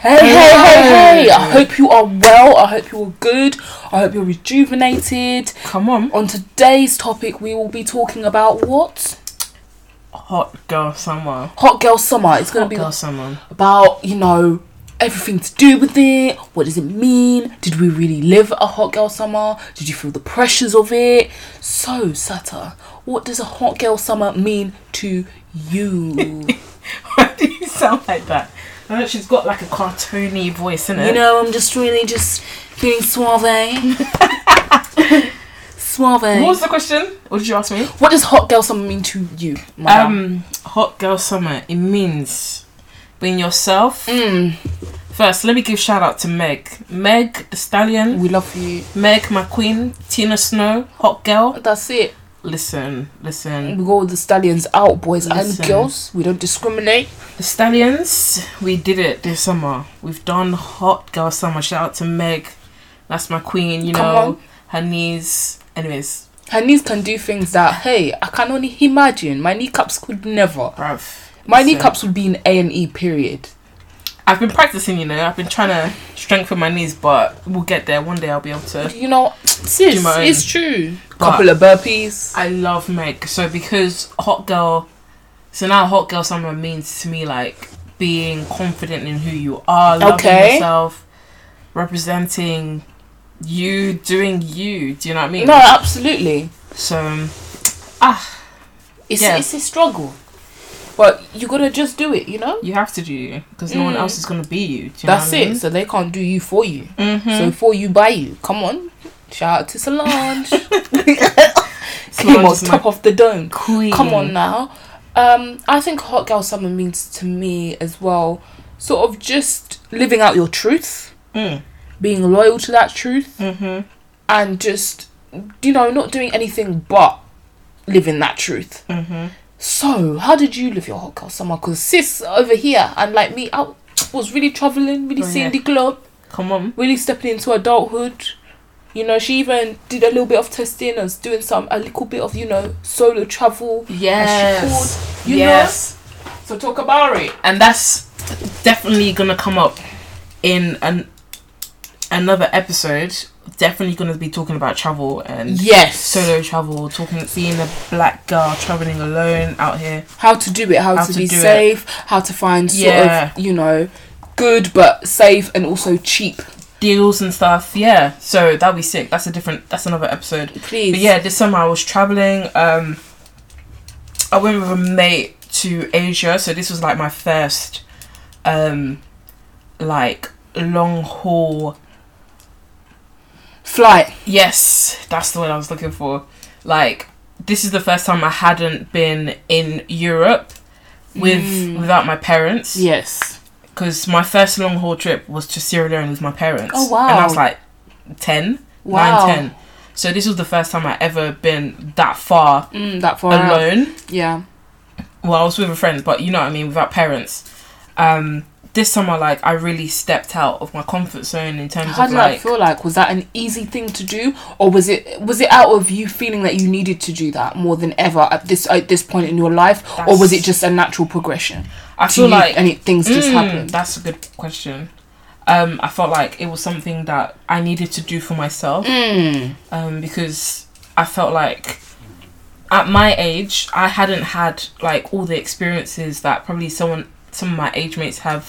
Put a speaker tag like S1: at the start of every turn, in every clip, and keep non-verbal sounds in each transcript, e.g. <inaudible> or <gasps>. S1: Hey, hey, hey, hey! I hope you are well. I hope you're good. I hope you're rejuvenated.
S2: Come on. Oh,
S1: On today's topic, we will be talking about what?
S2: Hot girl summer.
S1: Hot Girl Summer. It's going
S2: Hot
S1: to be
S2: girl summer.
S1: about, you know, everything to do with it. What does it mean? Did we really live a Hot Girl Summer? Did you feel the pressures of it? So, Sata, what does a Hot Girl Summer mean to
S2: <laughs>
S1: you?
S2: <laughs> Why do you sound like that? I know she's got like a cartoony voice in it.
S1: You know, I'm just really just feeling
S2: <laughs>
S1: suave.
S2: What was
S1: suave.
S2: the question? What did you ask me?
S1: What does hot girl summer mean to you, madam?
S2: Um, hot girl summer. It means being yourself.
S1: Mm,
S2: First, let me give shout out to Meg, Meg the Stallion,
S1: we love you.
S2: Meg my queen, Tina Snow, hot girl.
S1: That's it.
S2: Listen, listen.
S1: We go with the stallions out, boys
S2: Listen.
S1: and girls. We don't discriminate.
S2: The Stallions, we did it this summer. We've done Hot Girl Summer. Shout out to Meg. That's my queen, you
S1: Come
S2: know.
S1: on.
S2: Her knees. Anyways,
S1: Her knees can do things that, hey, I can only imagine. My kneecaps could never.
S2: bruv.
S1: My
S2: listen.
S1: kneecaps would be in A and E. Period.
S2: I've been practicing, you know. I've been trying to strengthen my knees, but we'll get there. One day I'll be able to.
S1: You know, sis,
S2: my own.
S1: it's true.
S2: But-
S1: Couple of burpees.
S2: I love Meg. So, because Hot Girl. So now Hot Girl Summer means to me like being confident in who you are, loving
S1: Okay.
S2: yourself, representing you, doing you. Do you know what I mean?
S1: No, absolutely.
S2: So. um,
S1: It's
S2: Yeah.
S1: it's a struggle, but you gotta just do it. You know,
S2: you have to do you because no one
S1: Mm.
S2: else is gonna be you. Do you
S1: that's
S2: know
S1: it. So they can't do you for you.
S2: Mm-hmm.
S1: So for you by you. Come on, shout out to Solange. <laughs> Came on
S2: Solange is
S1: top
S2: my
S1: of the dome.
S2: queen.
S1: Come on now. Um, I think hot girl summer means to me as well, sort of just living out your truth,
S2: Mm.
S1: being loyal to that truth,
S2: Mhm.
S1: and just you know not doing anything but living that truth.
S2: Mhm.
S1: So, how did you live your hot girl summer? Because sis over here and like me, I was really traveling, really
S2: Oh,
S1: seeing
S2: yeah.
S1: the globe,
S2: Come on.
S1: really stepping into adulthood. You know, she even did a little bit of testing and was doing some, a little bit of, you know, solo travel. Yes. You know?
S2: yes.
S1: So, talk about it.
S2: And that's definitely gonna come up in an another episode. Definitely gonna be talking about travel and
S1: Yes. So,
S2: solo travel, talking seeing a black girl traveling alone out here.
S1: how to do it, how,
S2: How
S1: to,
S2: to
S1: be
S2: do it.
S1: safe, how to find sort
S2: Yeah.
S1: of, you know, good but safe and also cheap.
S2: Deals and stuff, yeah. So that'll be sick. That's a different. That's another episode.
S1: Please.
S2: But yeah, this summer I was traveling. Um, I went with a mate to Asia, so this was like my first, um, like long haul.
S1: Flight.
S2: Yes, that's the word I was looking for. Like this is the first time I hadn't been in Europe with
S1: Mm.
S2: without my parents
S1: Yes.
S2: because my first long haul trip was to Sierra Leone with my parents.
S1: Oh, wow.
S2: And I was like ten,
S1: Wow.
S2: nine, ten. So this was the first time I ever been that far
S1: Mm, that far out.
S2: alone.
S1: Yeah.
S2: well, I was with a friend, but you know what I mean, without parents. Um, this summer, like, I really stepped out of my comfort zone in terms
S1: How
S2: of
S1: did
S2: like,
S1: that feel like? Was that an easy thing to do, or was it was it out of you feeling that you needed to do that more than ever at this at this point in your life, or was it
S2: That's-
S1: just a natural progression?
S2: I
S1: to
S2: feel
S1: you
S2: like
S1: and it, things just
S2: Mm,
S1: happened.
S2: That's a good question. Um, I felt like it was something that I needed to do for myself.
S1: Mm.
S2: um, because I felt like at my age I hadn't had like all the experiences that probably someone some of my age mates have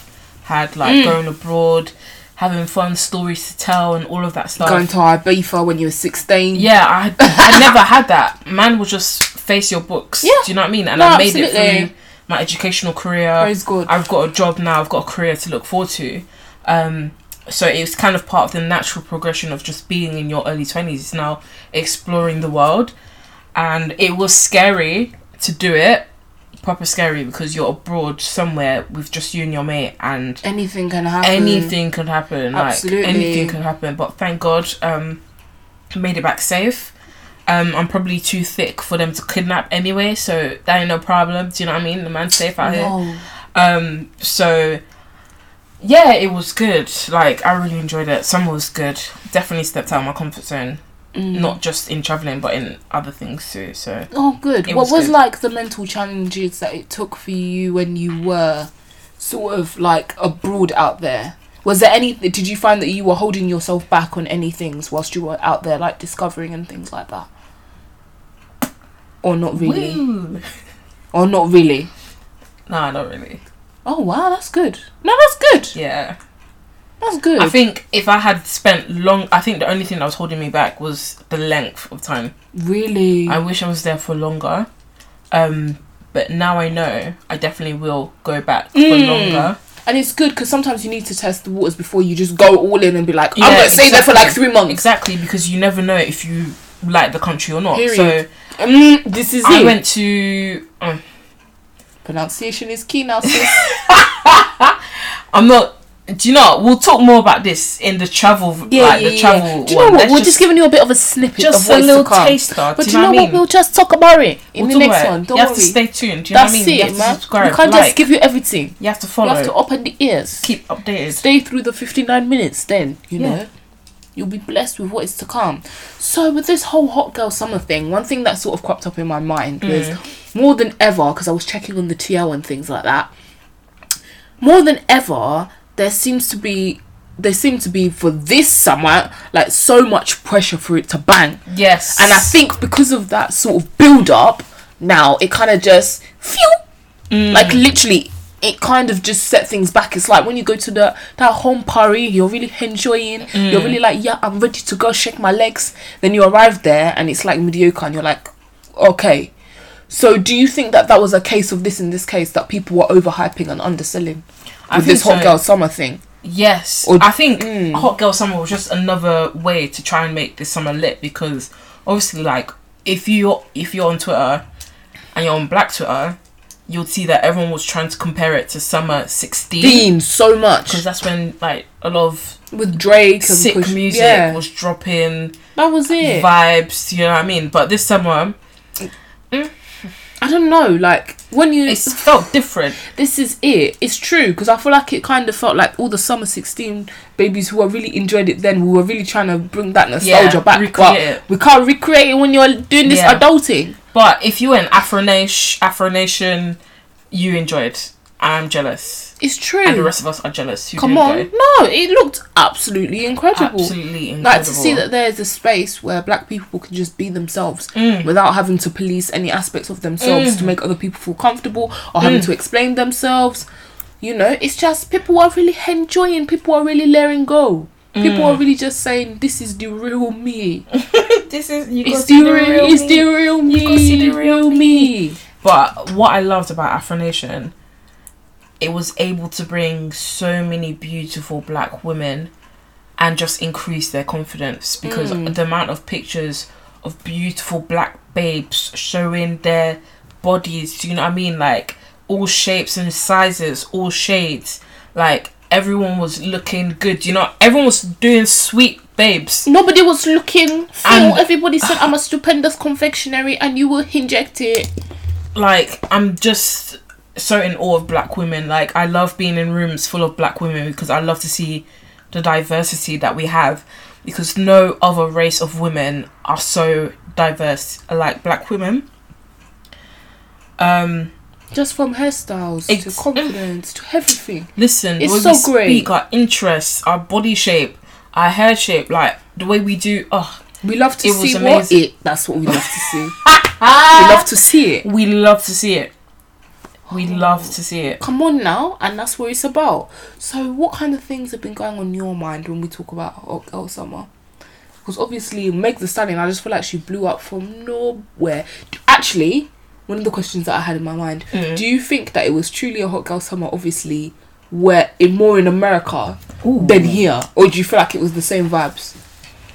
S2: had like
S1: Mm.
S2: going abroad, having fun stories to tell and all of that stuff.
S1: Going to Ibiza when you were sixteen.
S2: yeah, I
S1: <laughs>
S2: I never had that. Man will just face your books.
S1: Yeah.
S2: Do you know what I mean? And
S1: No,
S2: I made it
S1: absolutely.
S2: through my educational career.
S1: praise God.
S2: I've got a job now, I've got a career to look forward to. Um, so it's kind of part of the natural progression of just being in your early 20s, It's now exploring the world. And it was scary to do it, proper scary, because you're abroad somewhere with just you and your mate, and
S1: Anything can happen.
S2: anything could happen.
S1: Absolutely.
S2: Like, anything could happen. But thank God, um, I made it back safe. Um, I'm probably too thick for them to kidnap anyway, so that ain't no problem. Do you know what I mean? The man's safe out here.
S1: No.
S2: Um, so yeah, it was good. Like I really enjoyed it. Summer was good. Definitely stepped out of my comfort zone,
S1: Mm.
S2: not just in traveling, but in other things too. So
S1: Oh, good.
S2: It
S1: what
S2: was
S1: was
S2: good.
S1: like the mental challenges that it took for you when you were sort of like abroad out there? Was there any? Did you find that you were holding yourself back on any things whilst you were out there, like discovering and things like that, or not really,
S2: Woo.
S1: or not really?
S2: Nah, not really.
S1: Oh wow, that's good. No, that's good.
S2: Yeah.
S1: That's good.
S2: I think if I had spent long, I think the only thing that was holding me back was the length of time.
S1: really.
S2: I wish I was there for longer. Um, but now I know I definitely will go back
S1: Mm.
S2: for longer.
S1: and it's good because sometimes you need to test the waters before you just go all in and be like, I'm
S2: Yeah,
S1: gonna stay there for like
S2: exactly.
S1: three months.
S2: Exactly, because you never know if you like the country or not.
S1: Period. Mm, this is
S2: So I
S1: it.
S2: went to. mm,
S1: Pronunciation is key now. sis.
S2: I'm not. Do you know? We'll talk more about this in the travel.
S1: Yeah,
S2: like
S1: yeah,
S2: the
S1: yeah.
S2: travel.
S1: Do you know
S2: one.
S1: what?
S2: Let's
S1: We're just, giving you a bit of a snippet
S2: just
S1: of what's
S2: a little
S1: to come.
S2: taster.
S1: But
S2: do
S1: you know
S2: I mean?
S1: what? We'll just talk about it in
S2: We'll
S1: the
S2: talk
S1: next
S2: about it.
S1: one. Don't
S2: you have
S1: worry.
S2: to stay tuned. Do you know
S1: That's
S2: what I mean? you
S1: it,
S2: have
S1: man.
S2: to subscribe.
S1: we can't
S2: like,
S1: just give you everything.
S2: You have to
S1: You
S2: follow.
S1: have to open the ears.
S2: keep updated.
S1: Stay through the 59 minutes, then, you
S2: Yeah.
S1: know. You'll be blessed with what is to come. So, with this whole hot girl summer thing, one thing that sort of cropped up in my mind was more than ever, because I was checking on the TL and things like that, more than ever, there seems to be. There seem to be for this summer like so much pressure for it to bang.
S2: Yes.
S1: And I think because of that sort of build up, now it kind of just phew,
S2: Mm.
S1: like literally, it kind of just set things back. It's like when you go to the that home party, you're really enjoying, you're
S2: Mm.
S1: really like, yeah, I'm ready to go, shake my legs. Then you arrive there and it's like mediocre, and you're like, okay. So do you think that that was a case of this in this case that people were overhyping and underselling
S2: I
S1: with
S2: think
S1: this hot
S2: so.
S1: girl summer thing?
S2: Yes.
S1: Or- mm.
S2: I think Hot Girl Summer was just another way to try and make this summer lit because obviously like if you if you're on Twitter and you're on Black Twitter, you'll see that everyone was trying to compare it to summer 16
S1: Dean so much
S2: because that's when like a lot of
S1: with Drake and
S2: sick
S1: Push-
S2: music
S1: Yeah,
S2: was dropping
S1: that was it.
S2: vibes, you know what I mean? But this summer
S1: I don't know, like when you <laughs>
S2: it felt different.
S1: this is it. It's true because I feel like it kind of felt like all the summer sixteen babies who were really enjoyed it then. We were really trying to bring that nostalgia
S2: Yeah,
S1: back,
S2: recreate
S1: but
S2: it.
S1: we can't recreate it when you're doing this
S2: Yeah.
S1: adulting.
S2: But if you were an Afro Nation, Afro Nation, you enjoyed. I'm jealous,
S1: It's true.
S2: and the rest of us are jealous. Who
S1: Come
S2: didn't
S1: on,
S2: go.
S1: no, it looked absolutely incredible.
S2: absolutely incredible.
S1: Like to see that there's a space where black people can just be themselves
S2: Mm.
S1: without having to police any aspects of themselves to make other people feel comfortable or having
S2: Mm.
S1: to explain themselves. You know, it's just people are really enjoying, people are really letting go. People
S2: Mm.
S1: are really just saying, This is the real me.
S2: this is you
S1: It's
S2: it's
S1: the
S2: see
S1: real, it's the real me.
S2: You go see the real
S1: me.
S2: But what I loved about Afro Nation, it was able to bring so many beautiful black women, and just increase their confidence because
S1: Mm.
S2: the amount of pictures of beautiful black babes showing their bodies. Do you know what I mean? Like all shapes and sizes, all shades. Like everyone was looking good. You know, everyone was doing sweet babes.
S1: Nobody was looking for
S2: And-
S1: everybody
S2: <sighs>
S1: said I'm a stupendous confectionery and you will inject it.
S2: like I'm just so in awe of black women. Like I love being in rooms full of black women because I love to see the diversity that we have because no other race of women are so diverse like black women. Um
S1: Just from hairstyles to
S2: Ex-
S1: confidence to everything.
S2: listen,
S1: It's
S2: the way
S1: so
S2: we speak,
S1: great.
S2: our interests, our body shape, our hair shape, like the way we do oh
S1: We love to
S2: It
S1: see
S2: was
S1: what
S2: amazing.
S1: it. That's what we love to see. <laughs> we love to see it.
S2: we love to see it. We love
S1: Oh.
S2: to see it.
S1: Come on now, and that's what it's about. So, what kind of things have been going on in your mind when we talk about Hot Girl Summer? Because obviously, Meg the Stallion, I just feel like she blew up from nowhere. Actually, one of the questions that I had in my mind: Do you think that it was truly a Hot Girl Summer? Obviously, where in more in America than here, or do you feel like it was the same vibes?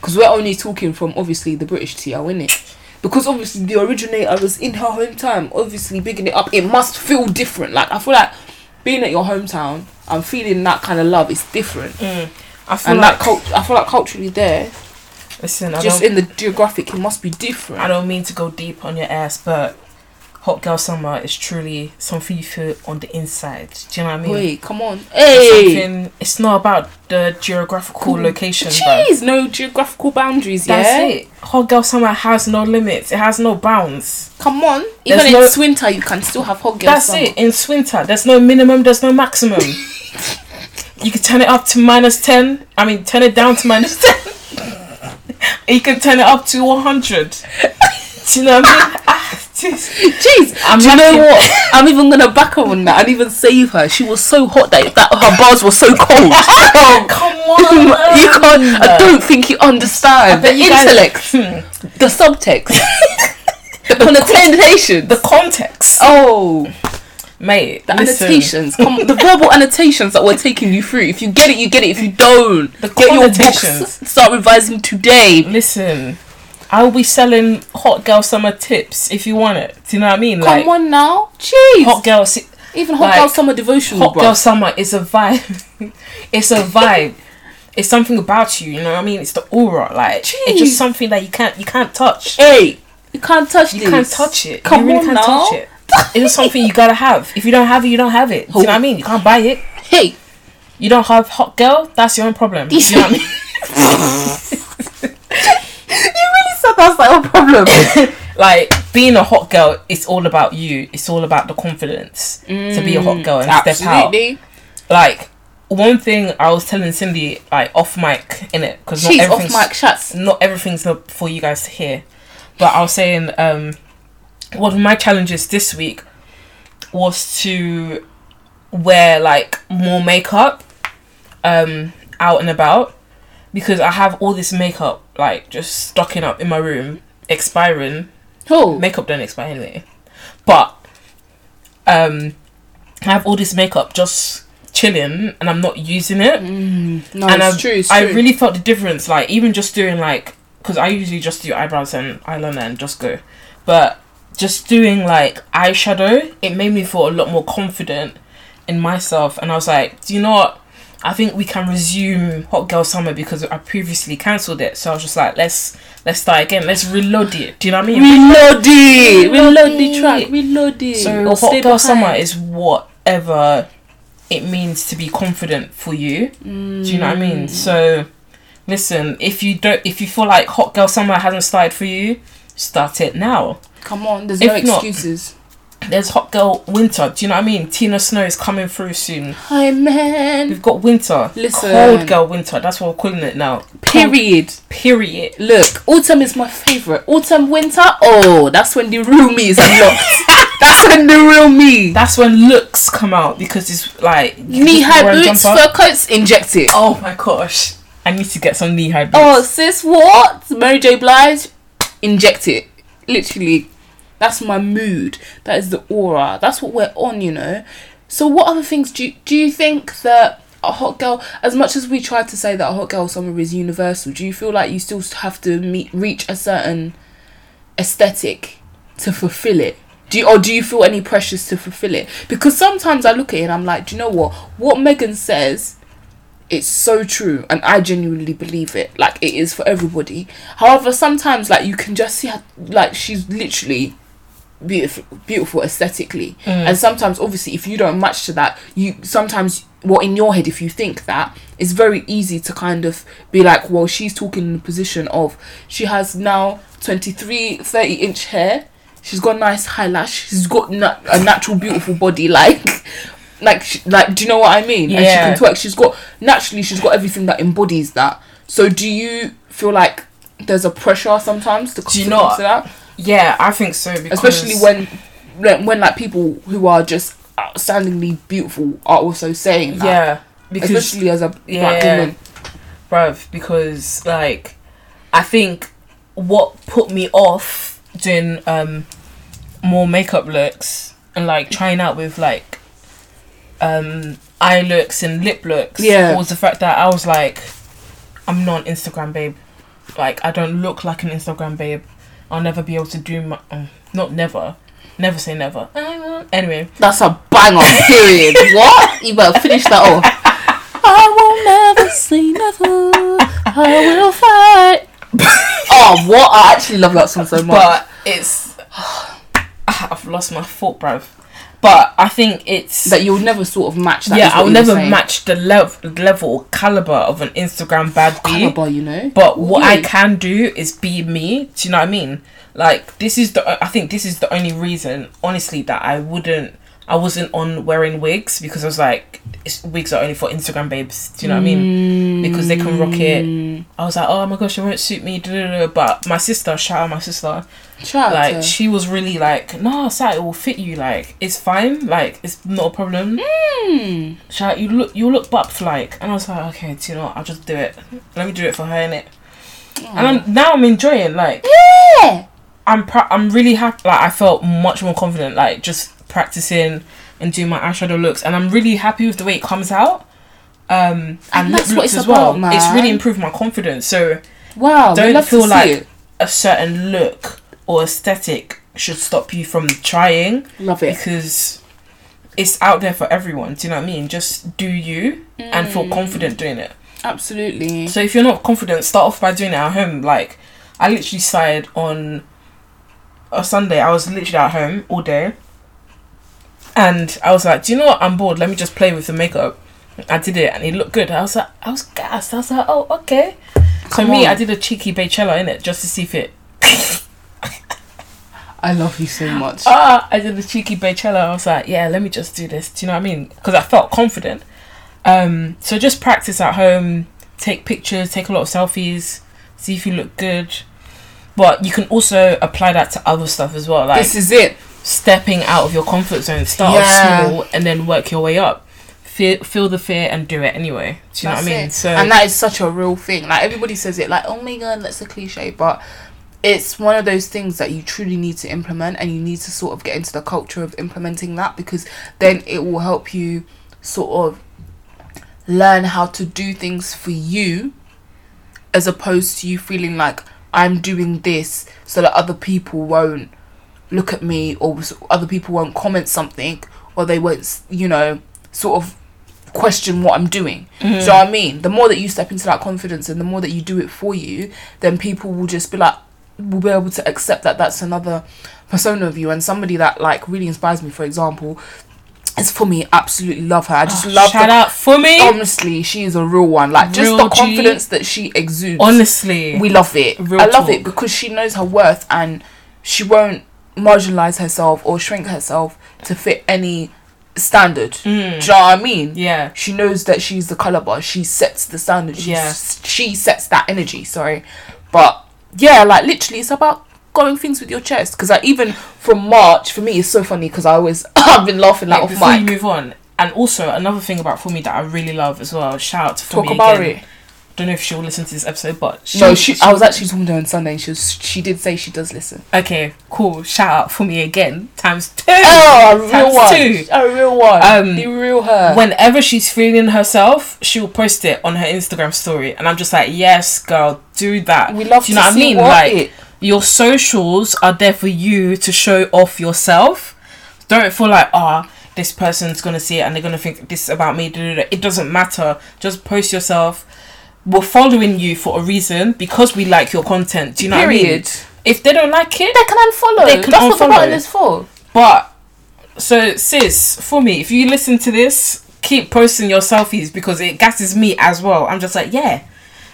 S1: Because we're only talking from obviously the British TL, innit? Because obviously the originator was in her hometown, obviously bigging it up. It must feel different. Like I feel like being at your hometown and feeling that kind of love is different.
S2: Mm. I feel
S1: And
S2: like
S1: that cult- I feel like culturally there,
S2: listen, I
S1: just
S2: don't
S1: in the geographic, it must be
S2: I
S1: different.
S2: don't mean to go deep on your ass, but Hot Girl Summer is truly something you feel on the inside. Do you know what I mean?
S1: Wait, come on,
S2: It's
S1: hey,
S2: Something, it's not about the geographical
S1: Cool.
S2: location, bro.
S1: jeez, no geographical boundaries.
S2: That's
S1: yeah,
S2: it. Hot Girl Summer has no limits. It has no bounds.
S1: come on.
S2: There's
S1: Even in
S2: no-
S1: it's winter, you can still have hot girl
S2: That's
S1: summer. <laughs>
S2: it. In Swinter, there's no minimum. There's no maximum. You could turn it up to minus 10. I mean, turn it down to minus <laughs> 10. you can turn it up to 100. Do you know what
S1: <laughs>
S2: I mean? Ah, just-
S1: Jeez,
S2: I'm
S1: do you know
S2: lucky-
S1: what?
S2: <laughs>
S1: I'm even gonna back her on that. I'd even save her. She was so hot that that her bars were so
S2: <laughs>
S1: cold. <laughs>
S2: Come
S1: you
S2: on.
S1: can't.
S2: uh,
S1: I don't think you understand the
S2: Oh, bet you guys-
S1: intellect,
S2: hmm,
S1: <laughs> the subtext,
S2: <laughs>
S1: the connotation.
S2: The context.
S1: Oh,
S2: Mate,
S1: the
S2: listen.
S1: annotations, come, the
S2: <laughs>
S1: verbal annotations that we're taking you through. If you get it, you get it. If you don't,
S2: The
S1: get your books.
S2: connotations.
S1: Start revising today.
S2: Listen, I will be selling hot girl summer tips if you want it. Do you know what I mean?
S1: Come on now, jeez.
S2: hot girl, se-
S1: Even hot
S2: like,
S1: girl summer devotional,
S2: hot
S1: bruv.
S2: girl summer is a vibe. <laughs> it's a vibe. It's something about you. You know what I mean? It's the aura. Like it's
S1: Jeez.
S2: just something that you can't you can't touch.
S1: Hey, you can't touch
S2: You
S1: this.
S2: can't touch it.
S1: Come
S2: you really
S1: on
S2: can't
S1: now.
S2: touch it. It's just something you gotta have. If you don't have it, you don't have it. Do you know what I mean? You can't buy it.
S1: <laughs> Hey,
S2: You don't have hot girl. That's your own problem. Do
S1: <laughs>
S2: you know what I mean?
S1: so that's like a
S2: <coughs>
S1: problem.
S2: like being a hot girl it's all about you it's all about the confidence to be a hot girl and step
S1: Absolutely.
S2: out like one thing i was telling cindy like off mic in it because not
S1: She's off
S2: everything's
S1: mic chats.
S2: not everything's not for you guys to hear but i was saying um one of my challenges this week was to wear like more makeup um out and about because i have all this makeup like just stocking up in my room expiring
S1: Oh,
S2: makeup don't expire anyway. But um, I have all this makeup just chilling, and I'm not using it.
S1: Mm. no,
S2: and
S1: it's
S2: I've-
S1: true. It's
S2: I
S1: true.
S2: really felt the difference. Like even just doing like, because I usually just do eyebrows and eyeliner and just go, but just doing like eyeshadow, it made me feel a lot more confident in myself. And I was like, do you know what? I think we can resume Hot Girl Summer because I previously cancelled it. So I was just like, let's let's start again. Let's reload it. Do you know what I mean?
S1: reload it. Reload the
S2: it.
S1: track. Reload it.
S2: So
S1: Or
S2: hot
S1: stay
S2: girl
S1: behind.
S2: summer is whatever it means to be confident for you. Do you know what I
S1: Mm.
S2: mean? So listen, if you don't, if you feel like hot girl summer hasn't started for you, start it now.
S1: Come on, there's
S2: If
S1: no
S2: not-
S1: excuses.
S2: There's hot girl winter. Do you know what I mean? Tina Snow is coming through soon.
S1: Hi, man.
S2: We've got winter.
S1: Listen.
S2: cold girl winter. That's what we're calling it now.
S1: Period.
S2: Period.
S1: Look, autumn is my favorite. Autumn, winter. Oh, that's when the real me is unlocked. that's when the real me.
S2: That's when looks come out because it's like you
S1: Knee
S2: just wear
S1: high
S2: a
S1: boots,
S2: jumper.
S1: fur coats, inject it.
S2: Oh my gosh! I need to get some knee high boots.
S1: Oh, sis, what? Mary J. Blige, inject it. Literally, that's my mood. That is the aura. That's what we're on, you know. So, what other things do you, do you think that a hot girl, as much as we try to say that a hot girl summer is universal, do you feel like you still have to meet reach a certain aesthetic to fulfill it? Do you, or do you feel any pressures to fulfill it? Because sometimes I look at it and I'm like, do you know what? What Megan says it's so true and i genuinely believe it like it is for everybody however sometimes like you can just see how like she's literally beautiful beautiful aesthetically and sometimes obviously if you don't match to that you sometimes what in your head if you think that it's very easy to kind of be like well she's talking in the position of she has now 23 30 inch hair she's got nice high lash she's got na- a natural beautiful body like <laughs> like sh like do you know what i mean and she
S2: Yeah.
S1: can twerk she's got naturally she's got everything that embodies that so do you feel like there's a pressure sometimes to,
S2: Do you
S1: to
S2: know-
S1: consider that
S2: Yeah, I think so. Because
S1: Oh. especially when when when, like people who are just outstandingly beautiful are also saying that.
S2: yeah, because
S1: especially as a black
S2: Yeah.
S1: woman.
S2: bruv, because like I think what put me off doing um more makeup looks and like trying out with like um eye looks and lip looks
S1: Yeah.
S2: was the fact that I was like I'm not an Instagram babe. Like I don't look like an Instagram babe. I'll never be able to do my um, not never. Never say never. I won't. Anyway,
S1: <laughs> That's a banger. Period. <laughs> what? You better finish that off. I will never say never. I will fight. oh, what? I actually love that song so much.
S2: but it's <sighs> ah, I've lost my thought, bruv. But I think it's
S1: that you'll never sort of match. That
S2: yeah,
S1: is what
S2: I'll
S1: you were
S2: never
S1: saying.
S2: match the level, level caliber of an Instagram bad bee.
S1: Caliber, you know.
S2: But what I
S1: Ooh.
S2: can do is be me. Do you know what I mean? Like this is the I think this is the only reason, honestly, that I wouldn't I wasn't on wearing wigs because I was like, it's, wigs are only for Instagram babes. Do you know what I
S1: Mm. Hmm.
S2: mean? Because they can rock it. I was like, oh my gosh, it won't suit me. duh, duh, duh, duh. But my sister, shout out my sister,
S1: Shout out
S2: like
S1: to-
S2: she was really like, nah, Sat, it will fit you. Like it's fine. Like it's not a problem.
S1: Hmm.
S2: Shout out, you look, you look buff like. And I was like, okay, do you know what? I'll just do it. Let me do it for her innit? And
S1: Mm.
S2: I'm, now I'm enjoying like.
S1: Yeah.
S2: I'm pr- I'm really happy. Like I felt much more confident. Like just practicing and doing my eyeshadow looks, and I'm really happy with the way it comes out. Um, and, lip
S1: that's what
S2: looks
S1: it's
S2: as well.
S1: about,
S2: It's really
S1: man.
S2: improved my confidence. So
S1: Wow. we
S2: don't
S1: love to
S2: feel
S1: see
S2: like
S1: it.
S2: a certain look or aesthetic should stop you from trying
S1: love it.
S2: because it's out there for everyone. Do you know what I mean? Just do you and feel
S1: Mm.
S2: confident doing it.
S1: Hmm. Absolutely.
S2: So if you're not confident, start off by doing it at home. Like I literally started on a Sunday. I was literally at home all day, and I was like, "Do you know what? I'm bored. Let me just play with the makeup." I did it, and it looked good. I was like, I was gassed. I was like, "Oh, okay." So
S1: Come
S2: me,
S1: on.
S2: I did a cheeky Beychella in it just to see if it.
S1: I love you so much.
S2: Ah, I did a cheeky Beychella. I was like, "Yeah, let me just do this." Do you know what I mean? Because I felt confident. Um, so just practice at home, take pictures, take a lot of selfies, see if you look good. But you can also apply that to other stuff as well, like
S1: this is it.
S2: stepping out of your comfort zone. Start off
S1: Yeah.
S2: small and then work your way up. Feel, feel the fear and do it anyway.
S1: That's
S2: Do you know what I mean?
S1: it.
S2: So
S1: and that is such a real thing. Like everybody says it, like oh my god, that's a cliche, but it's one of those things that you truly need to implement, and you need to sort of get into the culture of implementing that because then it will help you sort of learn how to do things for you, as opposed to you feeling like I'm doing this so that other people won't look at me or s- other people won't comment something or they won't s- you know sort of question what I'm doing. Do you know what I mean? The more that you step into that confidence and the more that you do it for you, then people will just be like, will be able to accept that that's another persona of you. And somebody that like really inspires me, for example, is for me. Absolutely love her. I just love
S2: Oh, shout
S1: the- Um,
S2: out for me.
S1: Honestly, she is a real one. Like just
S2: Real
S1: the
S2: G.
S1: confidence that she exudes.
S2: Honestly,
S1: we love it.
S2: Real
S1: I love it
S2: talk.
S1: because she knows her worth and she won't marginalize herself or shrink herself to fit any standard. Do you know what I mean?
S2: Mm. yeah.
S1: She knows that she's the color bar. She sets the standard. She,
S2: Yeah.
S1: she sets that energy. Sorry, but yeah, like literally, it's about going things with your chest. Because I even from March for me, it's so funny because I always <laughs> I've been laughing like,
S2: Like,
S1: off
S2: before you
S1: mic.
S2: move on, and also another thing about Fumi that I really love as well. Shout out to
S1: Talk
S2: Fumi
S1: about
S2: again.
S1: it.
S2: Don't know if she'll listen to this episode, but she,
S1: No, she. I was actually talking to her on Sunday, and she was, she did say she does listen.
S2: okay. Cool. Shout out for me again times two.
S1: Oh, a real
S2: Times
S1: one.
S2: two.
S1: A real one.
S2: Um,
S1: the real her.
S2: Whenever she's feeling herself, she will post it on her Instagram story, and I'm just like, yes, girl, do that.
S1: we love
S2: Do you
S1: to
S2: know what
S1: see
S2: I mean?
S1: what
S2: like
S1: it-
S2: your socials are there for you to show off yourself. Don't feel like ah. this person's gonna see it and they're gonna think this is about me. da, da, da." It doesn't matter. Just post yourself. We're following you for a reason because we like your content. Do you know what I mean?
S1: period.
S2: If they don't like
S1: They
S2: it,
S1: can unfollow.
S2: They can
S1: That's what the
S2: unfollow.
S1: button is for.
S2: But so sis, for me, if you listen to this, keep posting your selfies because it gasses me as well. I'm just like, yeah,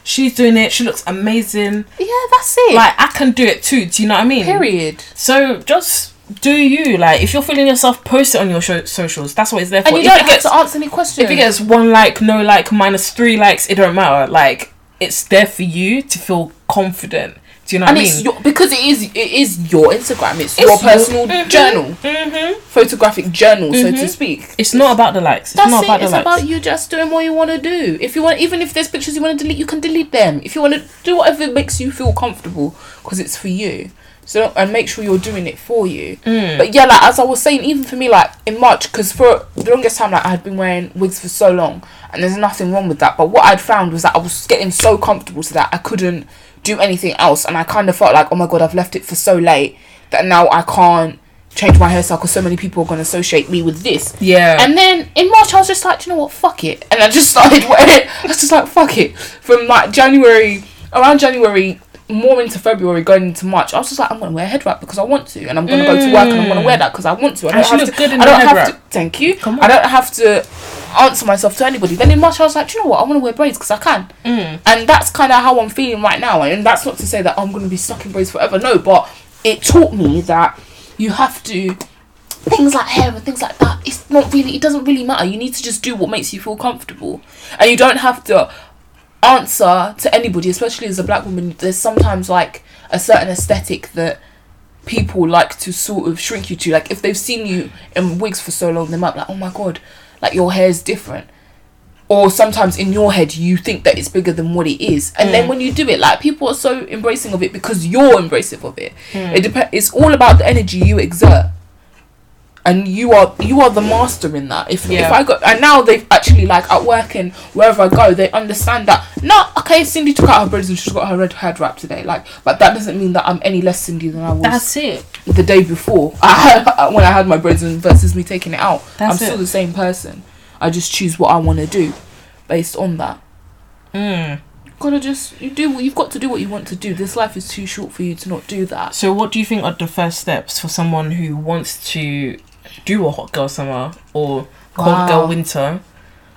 S2: she's doing it. She looks amazing.
S1: Yeah, that's it.
S2: Like I can do it too. Do you know what I mean?
S1: period.
S2: So just do you like if you're feeling yourself, post it on your sho- socials. That's what it's there for.
S1: And you
S2: if
S1: don't
S2: it
S1: have
S2: gets
S1: to answer any questions.
S2: if it gets one like, no like, minus three likes, it don't matter. Like it's there for you to feel confident. Do you know
S1: and
S2: what I
S1: it's
S2: mean?
S1: your because it is it is your Instagram. It's,
S2: It's
S1: your personal
S2: your- Mhm.
S1: journal,
S2: mm-hmm.
S1: photographic journal, so to speak.
S2: It's not about the likes. It's
S1: That's
S2: not
S1: it.
S2: about the
S1: it's
S2: likes.
S1: about you just doing what you want to do. If you want, even if there's pictures you want to delete, you can delete them. If you want to do whatever makes you feel comfortable, because it's for you. So and make sure you're doing it for you. But yeah, like as I was saying, even for me, like in March, because for the longest time, like I had been wearing wigs for so long, and there's nothing wrong with that. But what I'd found was that I was getting so comfortable so that I couldn't do anything else, and I kind of felt like, oh my god, I've left it for so late that now I can't change my hairstyle because so many people are going to associate me with this.
S2: Yeah.
S1: And then in March, I was just like, do you know what? Fuck it. And I just <laughs> started wearing. I was just like, fuck it. From like January, around January, more into February, going into March, I was just like, I'm gonna wear a head wrap because I want to, and I'm gonna go to work and I'm
S2: Mm.
S1: gonna wear that because I want to. I
S2: And
S1: don't
S2: she
S1: have
S2: looked
S1: to.
S2: good in
S1: I
S2: the
S1: don't
S2: head
S1: have
S2: wrap.
S1: to. Thank you.
S2: Come
S1: I don't have to answer myself to anybody. Then in March, I was like, do you know what? I want to wear braids because I can. And that's kind of how I'm feeling right now. And that's not to say that I'm gonna be stuck in braids forever. No, but it taught me that you have to things like hair and things like that it's not really it doesn't really matter you need to just do what makes you feel comfortable and you don't have to answer to anybody especially as a black woman there's sometimes like a certain aesthetic that people like to sort of shrink you to like if they've seen you in wigs for so long they might be like oh my god like your hair's different or sometimes in your head you think that it's bigger than what it is and
S2: Mm.
S1: then when you do it like people are so embracing of it because you're embracing of it
S2: Mm.
S1: it dep- it's all about the energy you exert and you are you are the master in that if,
S2: Yeah.
S1: if i go and now they've actually like at work and wherever i go they understand that no okay cindy took out her braids and she's got her red head wrap today like but that doesn't mean that i'm any less cindy than i was
S2: That's it.
S1: the day before <laughs> I, when I had my braids in versus me taking it out.
S2: That's
S1: I'm still
S2: it.
S1: the same person. I just choose what I want to do based on that.
S2: Mm.
S1: Gotta just you do what you've got to do what you want to do. This life is too short for you to not do that.
S2: So, what do you think are the first steps for someone who wants to do a hot girl summer or cold
S1: Wow.
S2: girl winter?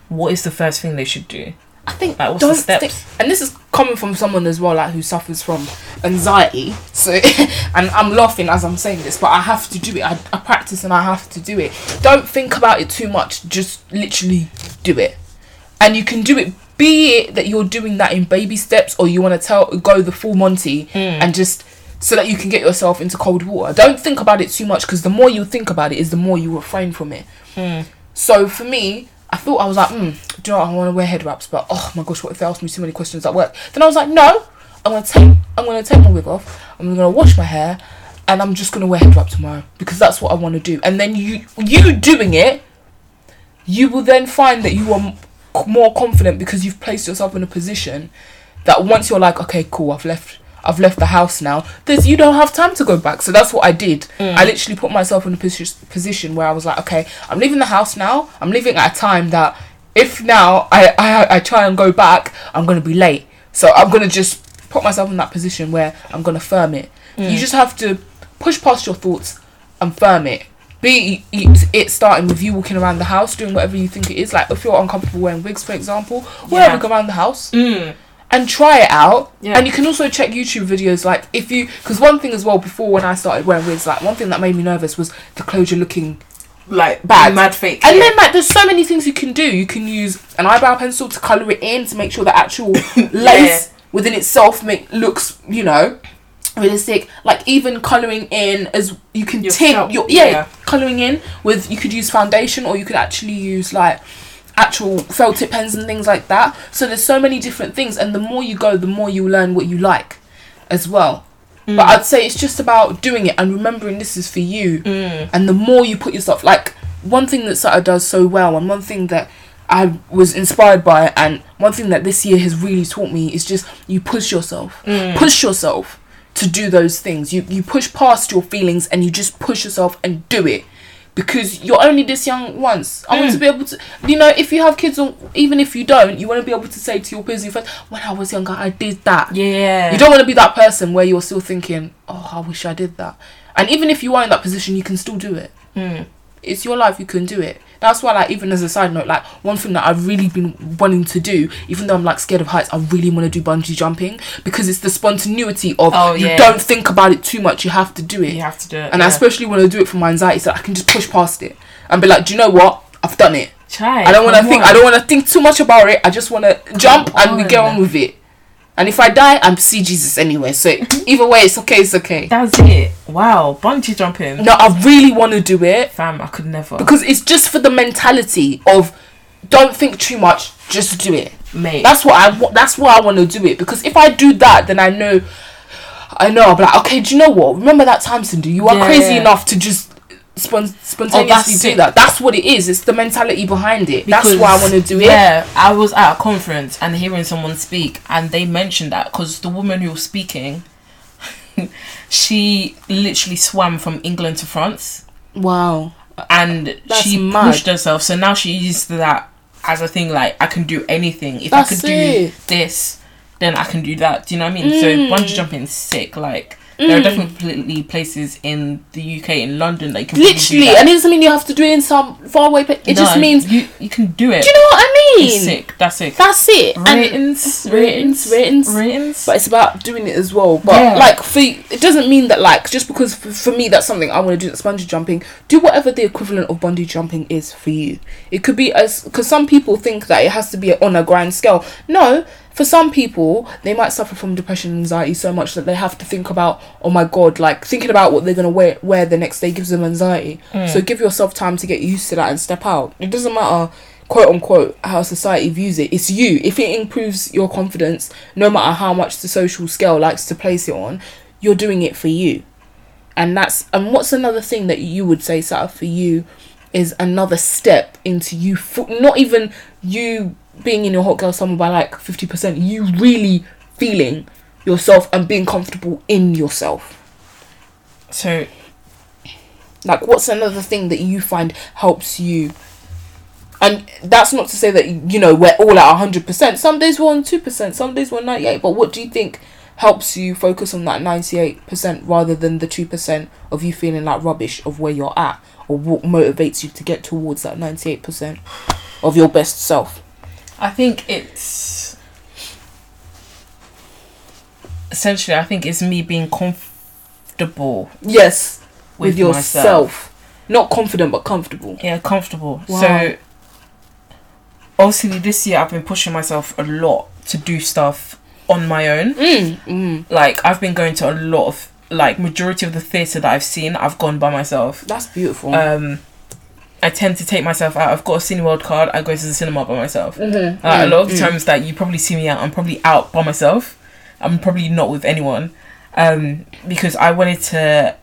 S2: What is the first thing they should do?
S1: I think
S2: Like, what's the
S1: don't
S2: steps?
S1: think, and this is coming from someone as well, like who suffers from anxiety. So, <laughs> and I'm laughing as I'm saying this, but I have to do it. I, I practice and I have to do it. Don't think about it too much. Just literally do it, and you can do it. Be it that you're doing that in baby steps, or you want to tell go the full Monty
S2: Hmm.
S1: and just so that you can get yourself into cold water. Don't think about it too much because the more you think about it, is the more you refrain from it. So for me, I thought I was like, mm, do you know what? I want to wear head wraps, but oh my gosh, what if they ask me too many questions at work? Then I was like, no, I'm gonna take, I'm gonna take my wig off. I'm gonna wash my hair, and I'm just gonna wear head wrap tomorrow because that's what I want to do. And then you, you doing it, you will then find that you are m- more confident because you've placed yourself in a position that once you're like, okay, cool, I've left. I've left the house now. There's you don't have time to go back. So that's what I did. I literally put myself in a posi- position where I was like, okay, I'm leaving the house now. I'm leaving at a time that if now I I, I try and go back, I'm gonna be late. So I'm gonna just put myself in that position where I'm gonna firm it. You just have to push past your thoughts and firm it. Be it it starting with you walking around the house doing whatever you think it is. Like if you're uncomfortable wearing wigs, for example, wear
S2: Yeah.
S1: a wig around the house
S2: Mm.
S1: and try it out.
S2: Yeah.
S1: And you can also check YouTube videos. Like if you, because one thing as well before when I started wearing wigs, like one thing that made me nervous was the closure looking.
S2: Like
S1: Bad.
S2: mad fake.
S1: And then like there's so many things you can do. You can use an eyebrow pencil to color it in to make sure the
S2: <coughs>
S1: actual lace within itself make looks you know realistic. Like even coloring in as you can
S2: Your
S1: tint
S2: scalp,
S1: your yeah,
S2: yeah.
S1: coloring in with you could use foundation or you could actually use like actual felt tip pens and things like that. So there's so many different things, and the more you go, the more you learn what you like as well.
S2: Mm.
S1: But I'd say it's just about doing it and remembering this is for you.
S2: Mm.
S1: And the more you put yourself, like one thing that Sutter does so well, and one thing that I was inspired by, and one thing that this year has really taught me is just you push yourself,
S2: Mm.
S1: push yourself to do those things. You you push past your feelings and you just push yourself and do it because you're only this young once. I want to be able to, you know, if you have kids or even if you don't, you want to be able to say to your busy friends, "When I was younger, I did that."
S2: yeah.
S1: You don't want to be that person where you're still thinking, "Oh, I wish I did that." And even if you are in that position, you can still do it.
S2: Mm.
S1: It's your life. You can do it. That's why, like, even as a side note, like one thing that I've really been wanting to do, even though I'm like scared of heights, I really want to do bungee jumping because it's the spontaneity of
S2: Oh,
S1: you
S2: yeah.
S1: don't think about it too much. You have to do it.
S2: You have to do it.
S1: And I
S2: yeah.
S1: especially want to do it for my anxiety, so I can just push past it and be like, do you know what? I've done it.
S2: Try.
S1: I don't want to
S2: come
S1: think.
S2: on.
S1: I don't want to think too much about it. I just want to jump and we get
S2: on.
S1: on with it. And if I die, I'm see Jesus anyway. So
S2: Mhm.
S1: either way, it's okay. It's okay.
S2: That's it. Wow. Bungee jumping.
S1: No, I really want to do it
S2: Fam, I could never.
S1: because it's just for the mentality of don't think too much, just do it.
S2: Mate.
S1: That's what I wa- that's why I want to do it because if I do that, then I know, I know. I'll be like, okay, do you know what? Remember that time, Cindy? You are
S2: Yeah,
S1: crazy
S2: yeah. Oh,
S1: enough to just spon- spontaneously do
S2: it.
S1: that. That's what it is. It's the mentality behind it. that's
S2: Because,
S1: why I want to do it.
S2: Yeah, I was at a conference and hearing someone speak, and they mentioned that because the woman who was speaking, <laughs> she literally swam from England to France,
S1: Wow.
S2: and
S1: That's
S2: she
S1: mad.
S2: pushed herself. So now she uses that as a thing. Like I can do anything. If
S1: That's
S2: I could do
S1: it.
S2: this, then I can do that. Do you know what I mean?
S1: Mm.
S2: So bungee jumping is sick. Like. There are definitely places in the UK, in London, that you can probably do
S1: Literally,
S2: that.
S1: and it doesn't mean you have to do it in some faraway place. It just
S2: No,
S1: means
S2: you, you can do it.
S1: Do you know what I
S2: It's
S1: mean?
S2: sick. That's sick.
S1: That's it. And,
S2: Ratings,
S1: ratings, ratings.
S2: ratings.
S1: but it's about doing it as well. But
S2: Yeah.
S1: like, for it doesn't mean that like just because for, for me that's something I want to do. That's bungee jumping. Do whatever the equivalent of bungee jumping is for you. It could be as because some people think that it has to be on a grand scale. No. For some people, they might suffer from depression and anxiety so much that they have to think about, oh my god, like thinking about what they're gonna wear, wear the next day gives them anxiety. So give yourself time to get used to that and step out. It doesn't matter quote unquote how society views it it's you if it improves your confidence no matter how much the social scale likes to place it on you're doing it for you and that's and what's another thing that you would say Sarah, for you is another step into you fu- not even you being in your hot girl summer by like 50% you really feeling yourself and being comfortable in yourself
S2: so
S1: like what's another thing that you find helps you and that's not to say that you know we're all at 100% some days we're on 2% some days we're 98 but what do you think helps you focus on that 98% rather than the 2% of you feeling like rubbish of where you're at or what motivates you to get towards that 98% of your best self
S2: I think it's essentially. I think it's me being comfortable
S1: yes with,
S2: with,
S1: yourself not confident but comfortable
S2: Yeah, comfortable.
S1: Wow.
S2: So obviously, this year I've been pushing myself a lot to do stuff on my own.
S1: mm, mm.
S2: Like I've been going to a lot of like majority of the theatre that I've seen, I've gone by myself.
S1: that's beautiful
S2: Um, I tend to take myself out. I've got a Cineworld card. I go to the cinema by myself.
S1: Mhm,
S2: Uh, a
S1: mm,
S2: lot of the
S1: mm.
S2: times that you probably see me out, I'm probably out by myself. I'm probably not with anyone, um, because I wanted to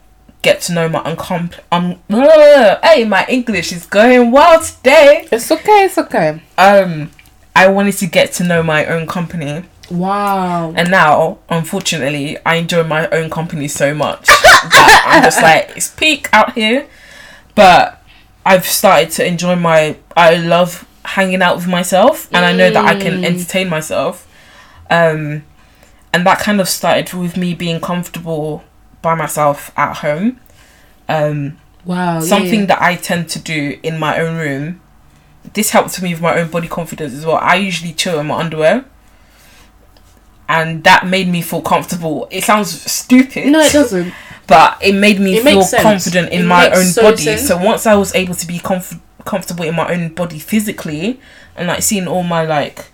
S2: get to know my uncompl. Um, <laughs> hey, my English is going well today.
S1: it's okay it's okay
S2: Um, I wanted to get to know my own company,
S1: wow
S2: and now, unfortunately, I enjoy my own company so much <laughs> that I'm just like it's peak out here. But I've started to enjoy my. I love hanging out with myself, and I know that I can entertain myself. Um, and that kind of started with me being comfortable by myself at home. Um,
S1: wow Oh, yeah,
S2: something
S1: yeah.
S2: that I tend to do in my own room. This helps me with my own body confidence as well. I usually chill in my underwear. And that made me feel comfortable. It sounds stupid,
S1: no it doesn't
S2: but it made me
S1: It
S2: feel
S1: makes sense.
S2: confident in
S1: It
S2: my
S1: makes
S2: own
S1: so
S2: body.
S1: sense.
S2: So once I was able to be comf- comfortable in my own body physically and like seeing all my like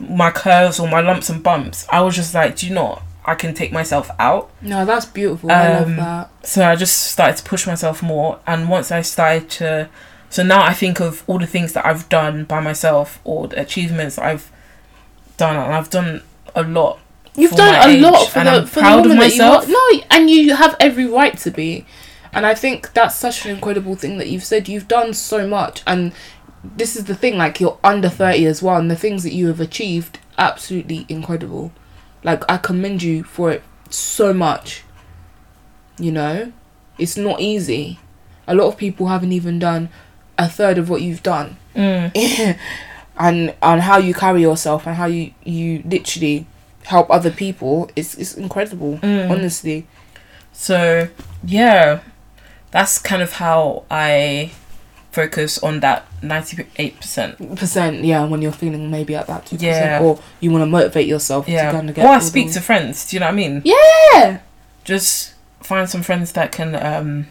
S2: my curves or my lumps and bumps, I was just like, do you know, what? I can take myself out.
S1: No, that's beautiful. I love
S2: Um,
S1: that.
S2: so I just started to push myself more. And once I started to, so now I think of all the things that I've done by myself or the achievements that I've done, and I've done a lot.
S1: You've
S2: for
S1: done
S2: my
S1: a lot
S2: age,
S1: for
S2: and
S1: the
S2: I'm
S1: for
S2: proud
S1: the
S2: of
S1: woman that you are.
S2: myself.
S1: No, and you have every right to be. And I think that's such an incredible thing that you've said. You've done so much, and this is the thing. Like you're under thirty as well, and the things that you have achieved, absolutely incredible. Like I commend you for it so much. You know, it's not easy. A lot of people haven't even done a third of what you've done.
S2: Mm.
S1: <laughs> and and how you carry yourself and how you you literally help other people it's it's incredible
S2: Mm.
S1: honestly
S2: So yeah, that's kind of how I focus on that ninety-eight percent.
S1: percent yeah when you're feeling maybe at that 2%
S2: Yeah.
S1: or you want to motivate yourself to
S2: Yeah,
S1: kind of get
S2: or I
S1: all the-
S2: speak to friends. Do you know what I mean?
S1: yeah
S2: Just find some friends that can, um,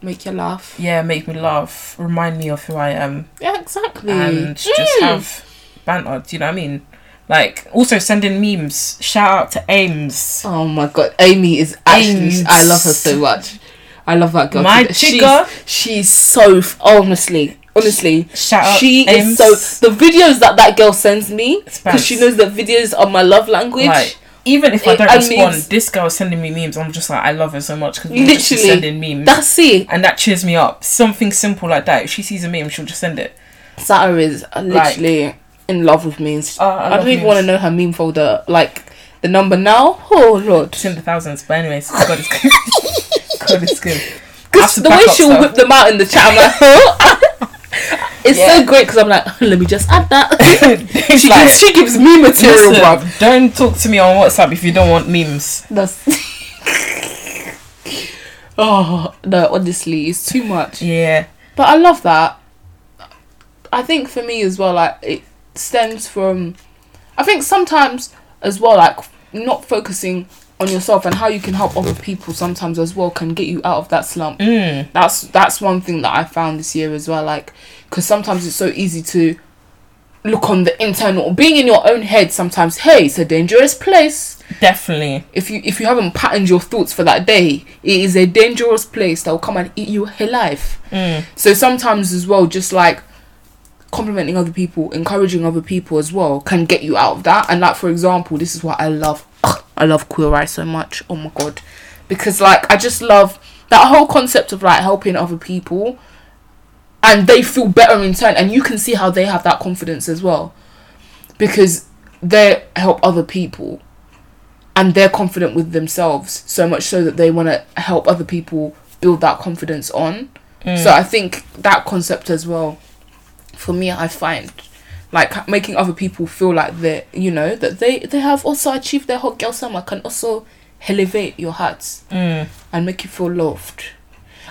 S1: make you laugh
S2: yeah, make me laugh, remind me of who I am.
S1: yeah exactly
S2: and just
S1: Mm.
S2: have banter. Do you know what I mean? Like also sending memes. Shout out to Ames.
S1: oh my god amy is actually
S2: Ames.
S1: i love her so much i love that girl
S2: My
S1: to death. She's-
S2: chica.
S1: she's, so f- honestly honestly
S2: Shout out.
S1: she is
S2: Ames.
S1: so the videos that that girl sends me because
S2: Spams.
S1: she knows that videos are my love language
S2: like even if I
S1: it-
S2: don't
S1: I
S2: respond,
S1: mean-
S2: this girl sending me memes. I'm just like I love her so much because literally just
S1: Literally.
S2: sending memes.
S1: that's it
S2: and that cheers me up. Something simple like that. If she sees a meme, she'll just send it.
S1: sarah is literally in love with memes
S2: Uh, I,
S1: i,
S2: love
S1: don't even
S2: memes.
S1: want to know her meme folder like the number now oh lord
S2: It's in the thousands, but anyways, God is
S1: <laughs>
S2: good. God is good.
S1: because
S2: to
S1: the
S2: back
S1: way
S2: up
S1: she'll
S2: stuff.
S1: whip them out in the chat i'm like <laughs> it's
S2: Yeah.
S1: so great because i'm like let me just add
S2: <laughs>
S1: that
S2: It's
S1: she,
S2: like,
S1: gives, she gives me material
S2: listen,
S1: bruv.
S2: don't talk to me on WhatsApp if you don't want memes.
S1: that's <laughs> oh no honestly it's too much
S2: Yeah.
S1: But I love that. I think for me as well, like it, stems from, I think sometimes as well, like not focusing on yourself and how you can help other people sometimes as well can get you out of that slump.
S2: Mm.
S1: That's that's one thing that I found this year as well. Like, because sometimes it's so easy to look on the internal, being in your own head. Sometimes, hey, it's a dangerous place
S2: Definitely.
S1: if you if you haven't patterned your thoughts for that day, it is a dangerous place that will come and eat you alive.
S2: Mm.
S1: So sometimes as well, just like complimenting other people, encouraging other people as well, can get you out of that. And like for example, this is what I love. Ugh, I love queer eye so much. Oh my god, because like I just love that whole concept of like helping other people, and they feel better in turn, and you can see how they have that confidence as well, because they help other people. And they're confident with themselves so much so that they want to help other people build that confidence on. So I think that concept as well, for me, I find like making other people feel like they, are you know, that they they have also achieved their hot girl summer can also elevate your hearts
S2: Mm.
S1: and make you feel loved,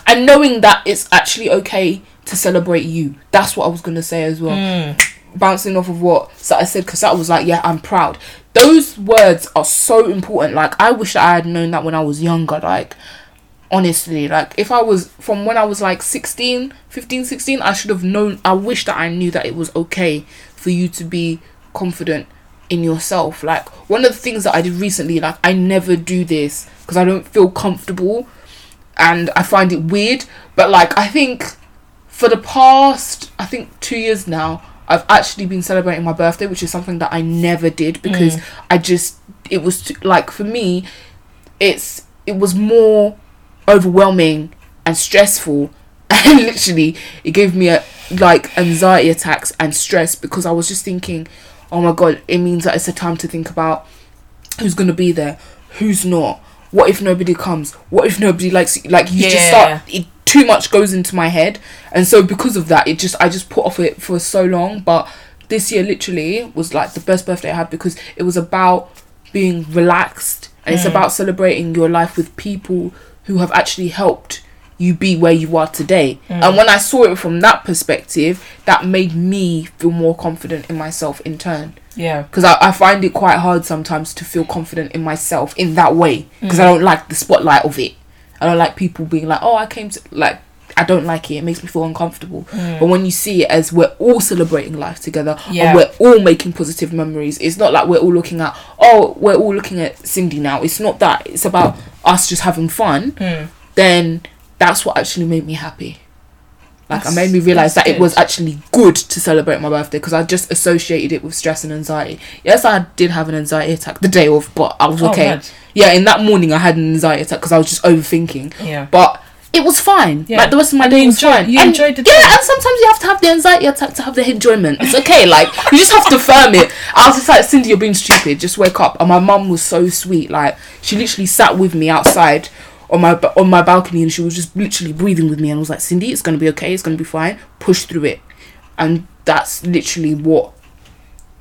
S1: and knowing that it's actually okay to celebrate you. That's what I was gonna say as well
S2: Mm.
S1: bouncing off of what I said because that was like, yeah, I'm proud. Those words are so important. Like, I wish I had known that when I was younger. Like, honestly, like, if I was from when I was like 16, 15, 16, I should have known. I wish that I knew that it was okay for you to be confident in yourself. Like, one of the things that I did recently, like, I never do this because I don't feel comfortable and I find it weird. But, like, I think for the past I think two years now, I've actually been celebrating my birthday, which is something that I never did because I just it was too, like for me, it's it was more overwhelming and stressful, <laughs> and literally it gave me a like anxiety attacks and stress because I was just thinking, oh my god, it means that it's a time to think about who's gonna be there, who's not. What if nobody comes? What if nobody likes? you? Like you just
S2: Yeah.
S1: start it too much goes into my head and so because of that it just i just put off it for so long but this year literally was like the best birthday i had because it was about being relaxed and it's about celebrating your life with people who have actually helped you be where you are today and when i saw it from that perspective that made me feel more confident in myself in turn
S2: Yeah.
S1: because I, I find it quite hard sometimes to feel confident in myself in that way because I
S2: Mm.
S1: don't like the spotlight of it. I don't like people being like, "Oh, I came to like." I don't like it. It makes me feel uncomfortable. But when you see it as we're all celebrating life together
S2: Mm. Yeah.
S1: and we're all making positive memories, it's not like we're all looking at oh, we're all looking at Cindy now. It's not that. It's about us just having fun.
S2: Mm.
S1: Then that's what actually made me happy. Like I
S2: That's-
S1: made me realize that
S2: that's
S1: it was
S2: good.
S1: actually good to celebrate my birthday because I just associated it with stress and anxiety. Yes, I did have an anxiety attack the day of, but I was
S2: Oh,
S1: okay.
S2: mad.
S1: yeah, in that morning I had an anxiety attack because I was just overthinking.
S2: Yeah.
S1: But it was fine.
S2: Yeah.
S1: Like the rest of my day was
S2: enjoyed-
S1: fine.
S2: you
S1: And-
S2: enjoyed the
S1: Yeah,
S2: time.
S1: and sometimes you have to have the anxiety attack to have the enjoyment. It's okay. Like you just have to firm it. I was just like, Cindy, you're being stupid. Just wake up. And my mum was so sweet. Like she literally sat with me outside on my ba- on my balcony, and she was just literally breathing with me, and was like, Cindy, it's gonna be okay. It's gonna be fine. Push through it. And that's literally what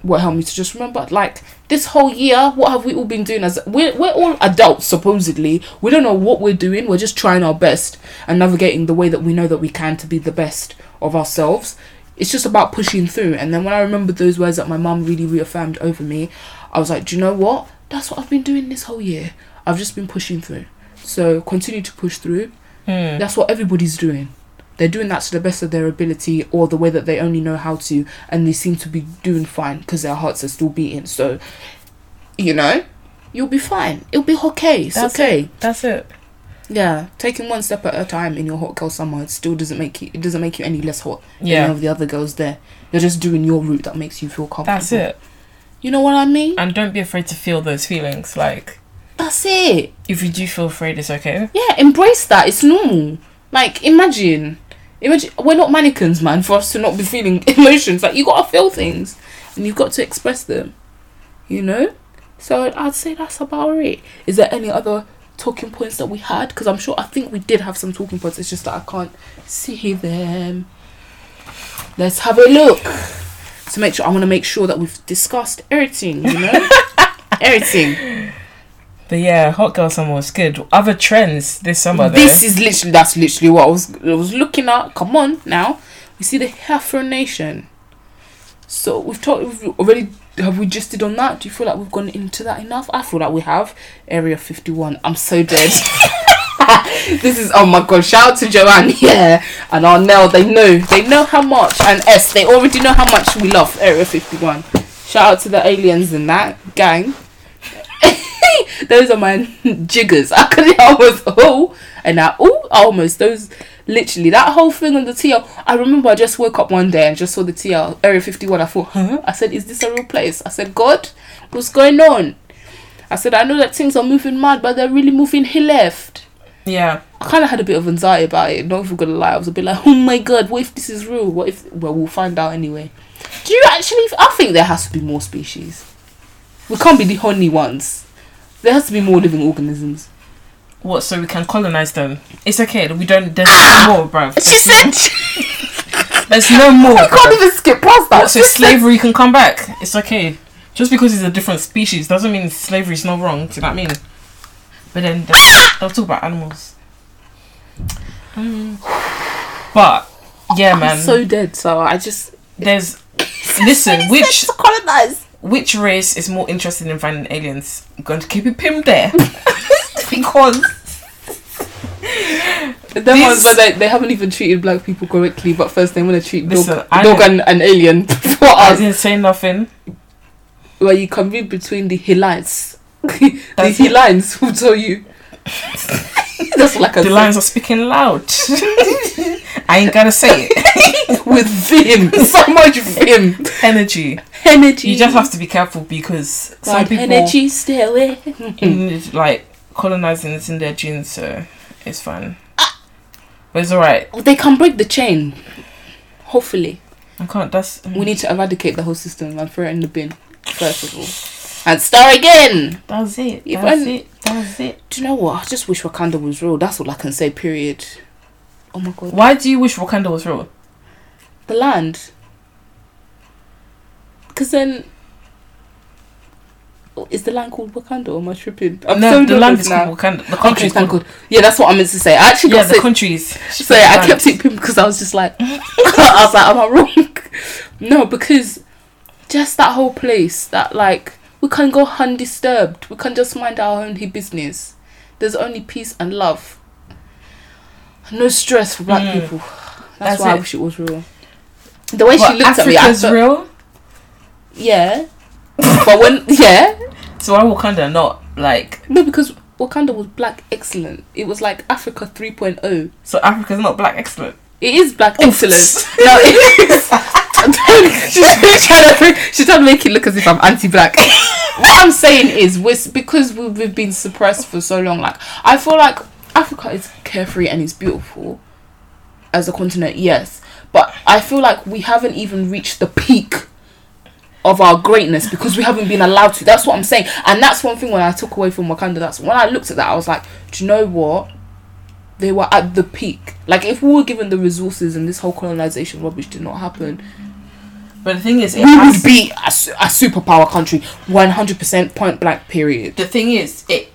S1: what helped me to just remember like this whole year what have we all been doing as we're, we're all adults supposedly we don't know what we're doing we're just trying our best and navigating the way that we know that we can to be the best of ourselves it's just about pushing through and then when i remembered those words that my mum really reaffirmed over me i was like do you know what that's what i've been doing this whole year i've just been pushing through so continue to push through
S2: Mm.
S1: that's what everybody's doing. They're doing that to the best of their ability or the way that they only know how to, and they seem to be doing fine because their hearts are still beating. So, you know, you'll be fine. It'll be okay. It's
S2: That's
S1: okay.
S2: That's it.
S1: Yeah, taking one step at a time in your hot girl summer it still doesn't make you. It doesn't make you any less hot. than
S2: Yeah.
S1: any of the other girls there. You're just doing your route that makes you feel comfortable.
S2: That's it. Uh,
S1: You know what I mean?
S2: And don't be afraid to feel those feelings. Like,
S1: That's it.
S2: if you do feel afraid, it's okay.
S1: Yeah, embrace that. It's normal. Like, imagine, imagine we're not mannequins, man. For us to not be feeling <laughs> emotions, like you gotta feel things, and you've got to express them. You know. So I'd say that's about it. Is there any other talking points that we had? Because I'm sure I think we did have some talking points. It's just that I can't see them. Let's have a look to make sure. I want to make sure that we've discussed everything. You know, everything.
S2: But yeah, hot girl summer was good. Other trends this summer, though.
S1: This is literally that's literally what I was I was looking at. Come on now, we see the Afro Nation. So we've talked. We've already have we just did on that? Do you feel like we've gone into that enough? I feel like we have. Area fifty one. I'm so dead. <laughs> this is oh my god! Shout out to Joanne, <laughs> yeah, and Arnell. They know. They know how much. And S. They already know how much we love Area fifty one. Shout out to the aliens in that gang. those are my <laughs> jiggers. I couldn't almost oh and I oh almost those literally that whole thing on the TL. I remember I just woke up one day and just saw the TL Area 51. I thought, huh? I said, is this a real place? I said, God, what's going on? I said, I know that things are moving mad, but they're really moving he left.
S2: Yeah.
S1: I kind of had a bit of anxiety about it. Not even gonna lie, I was a bit like, oh my god, what if this is real? What if? Well, we'll find out anyway. Do you actually? I think there has to be more species. We can't be the only ones. There has to be more living organisms.
S2: What? So we can colonize them? It's okay. We don't. There's
S1: <gasps>
S2: no more, bruv.
S1: She
S2: There's
S1: said,
S2: no- <laughs> There's no
S1: <laughs>
S2: more.
S1: "We can't
S2: bruv.
S1: even skip past that."
S2: So
S1: She said-
S2: slavery can come back. It's okay. Just because it's a different species doesn't mean slavery's not wrong. Do you know what I mean? But then they'll,
S1: <laughs>
S2: they'll talk about animals. Um, <sighs> but yeah, man.
S1: I'm so dead. So I just <laughs>
S2: there's listen. Which
S1: to colonize.
S2: which race is more interested in finding aliens? I'm going to keep it
S1: <laughs>
S2: pimp there
S1: Um,
S2: because
S1: Them
S2: This-
S1: ones, but they, they haven't even treated black people correctly. But first, they want to treat
S2: Listen,
S1: dog,
S2: I
S1: dog
S2: don't-
S1: and an alien <laughs> for
S2: I
S1: us.
S2: didn't say nothing.
S1: Where you can read between the Hillites. <laughs> the
S2: That's it.
S1: Hillites will tell you. That's like a
S2: The lions are speaking
S1: <laughs>
S2: loud. I ain't gotta say it.
S1: with
S2: <laughs>
S1: vim, so much vim,
S2: Energy.
S1: energy.
S2: You just have to be careful because some
S1: Like,
S2: people
S1: energy stay away.
S2: in, like colonizing is in their genes, so it's fine.
S1: Ah.
S2: But it's alright.
S1: <laughs> They can break the chain. Hopefully,
S2: I can't. That's
S1: we need to eradicate the whole system and throw it in the bin first of all, and start again.
S2: that's it.
S1: If
S2: That's
S1: I-
S2: it. That's it.
S1: Do you know what? I just wish Wakanda was real. That's all I can say, period. Oh my god.
S2: Why do you wish Wakanda was real?
S1: The land. Because then. Oh, Is the land called Wakanda or am I tripping? I'm
S2: no,
S1: so
S2: the land
S1: nervous
S2: is
S1: now.
S2: called Wakanda. The
S1: Okay,
S2: country is
S1: thank
S2: called.
S1: God. Yeah, that's what I meant to say. I actually
S2: Yeah,
S1: got
S2: the
S1: sick.
S2: countries.
S1: So I kept it pinned because I was just like, <laughs> I was like, am I wrong? No, because just that whole place that like we can go undisturbed. We can just mind our own business. There's only peace and love. No stress for black
S2: Mm.
S1: people. That's,
S2: That's
S1: why I
S2: it.
S1: wish it was real. The way she looked at me, I
S2: Africa's
S1: thought,
S2: real.
S1: yeah. but when yeah,
S2: So why Wakanda not like?
S1: no, because Wakanda was black excellent. It was like Africa oh. 3.0.
S2: So Africa's not black excellent.
S1: It is black
S2: Oops.
S1: excellence. No, it is. <laughs> she's, trying to, she's trying to make it look as if I'm anti-black. what I'm saying is, we're, s- because we- we've been suppressed for so long, like I feel like Africa is carefree and it's beautiful as a continent, yes. But I feel like we haven't even reached the peak of our greatness because we haven't been allowed to. That's what I'm saying, and that's one thing when I took away from Wakanda. That's when I looked at that, I was like, do you know what? they were at the peak. Like if we were given the resources and this whole colonization rubbish did not happen,
S2: But the thing is, it
S1: we
S2: has,
S1: would be a, su- a superpower country, one hundred percent point blank. Period.
S2: the thing is, it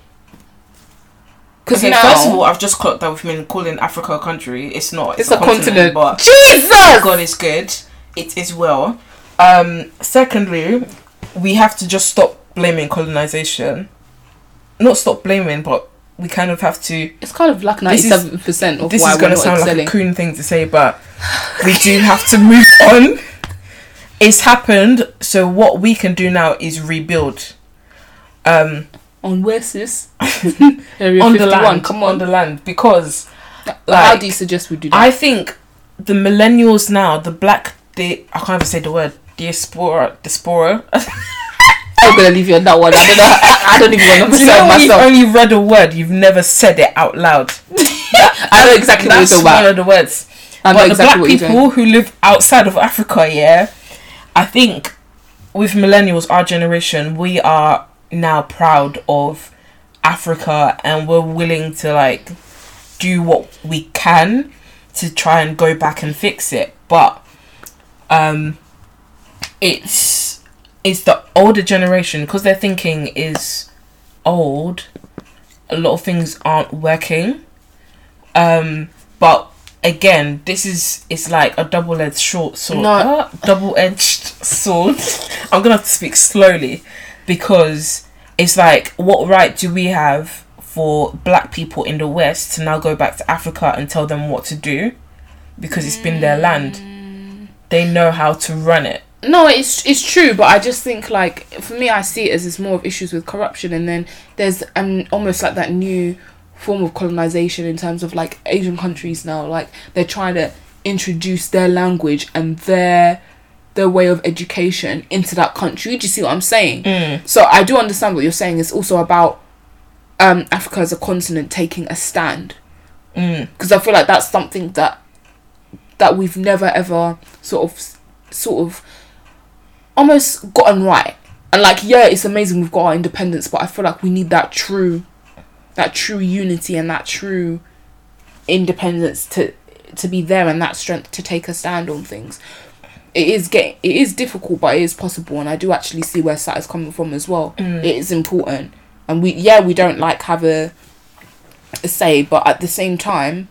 S1: Because
S2: Okay,
S1: now
S2: first of all, I've just clocked that we've been calling Africa a country. It's not.
S1: it's a continent.
S2: But
S1: Jesus,
S2: God is good. It is well. Um, secondly, we have to just stop blaming colonization. Not stop blaming, but we kind of have to.
S1: it's kind of like
S2: This is-
S1: ninety-seven percent of
S2: this
S1: why
S2: is
S1: we're
S2: going to
S1: not
S2: sound
S1: excelling.
S2: like a coon thing to say, but we do have to move on. It's happened. So what we can do now is rebuild. Um,
S1: on where <laughs> sis? Area
S2: on the
S1: 51,
S2: land,
S1: Come on.
S2: the land, because
S1: How
S2: like-
S1: do you suggest we do that?
S2: I think the millennials now, the black, they I can't even say the word diaspora, diaspora.
S1: I'm gonna leave you on that one. I don't know. <laughs> I don't even want to
S2: Do you
S1: <laughs>
S2: know
S1: myself.
S2: when you've only read a word, you've never said it out loud.
S1: I know exactly what you're
S2: That's
S1: talking
S2: one
S1: about.
S2: of the words.
S1: I know exactly
S2: but the
S1: what
S2: black
S1: you're doing.
S2: people who live outside of Africa, yeah, I think with millennials, our generation, we are now proud of Africa and we're willing to like do what we can to try and go back and fix it. But um, it's it's the older generation because their thinking is old. A lot of things aren't working. Um, but again, this is it's like a double-edged short sword.
S1: No.
S2: Ah, double-edged <laughs> sword. I'm gonna have to speak slowly because it's like, what right do we have for black people in the West to now go back to Africa and tell them what to do because it's been their land? They know how to run it.
S1: No, it's it's true, but I just think like for me, I see it as it's more of issues with corruption, and then there's um almost like that new form of colonization in terms of like Asian countries now, like they're trying to introduce their language and their their way of education into that country. Do you see what I'm saying?
S2: Mm,
S1: So I do understand what you're saying. It's also about um Africa as a continent taking a stand
S2: Mm.
S1: because I feel like that's something that that we've never ever sort of sort of almost gotten right. And like, yeah, it's amazing we've got our independence, but I feel like we need that true, that true unity and that true independence to to be there and that strength to take a stand on things. It is getting, it is difficult, but it is possible, and I do actually see where Sat is coming from as well. It is important, and we yeah we don't like have a a say, but at the same time,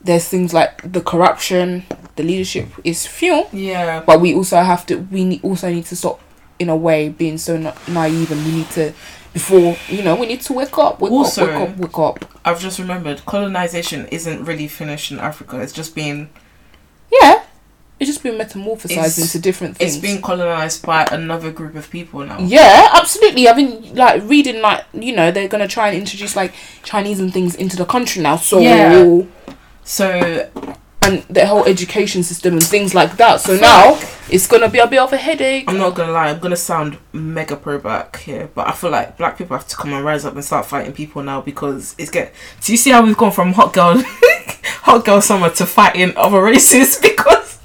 S1: there's things like the corruption, the leadership is fuel,
S2: Yeah.
S1: but we also have to we ne- also need to stop in a way being so na- naive and we need to before you know we need to wake up wake
S2: Also-
S1: up wake up wake up
S2: I've just remembered colonization isn't really finished in Africa. It's just been
S1: yeah it's just been metamorphosized
S2: It's-
S1: into different things
S2: it's been colonized by another group of people now.
S1: yeah absolutely i've been like reading like you know they're gonna try and introduce like chinese and things into the country now so
S2: Yeah. So
S1: and the whole education system and things like that so now it's gonna be a bit of a headache
S2: I'm not gonna lie, I'm gonna sound mega pro black here, but I feel like black people have to come and rise up and start fighting people now because it's get. Do you see how we've gone from hot girl, <laughs> hot girl summer to fighting other races? <laughs> Because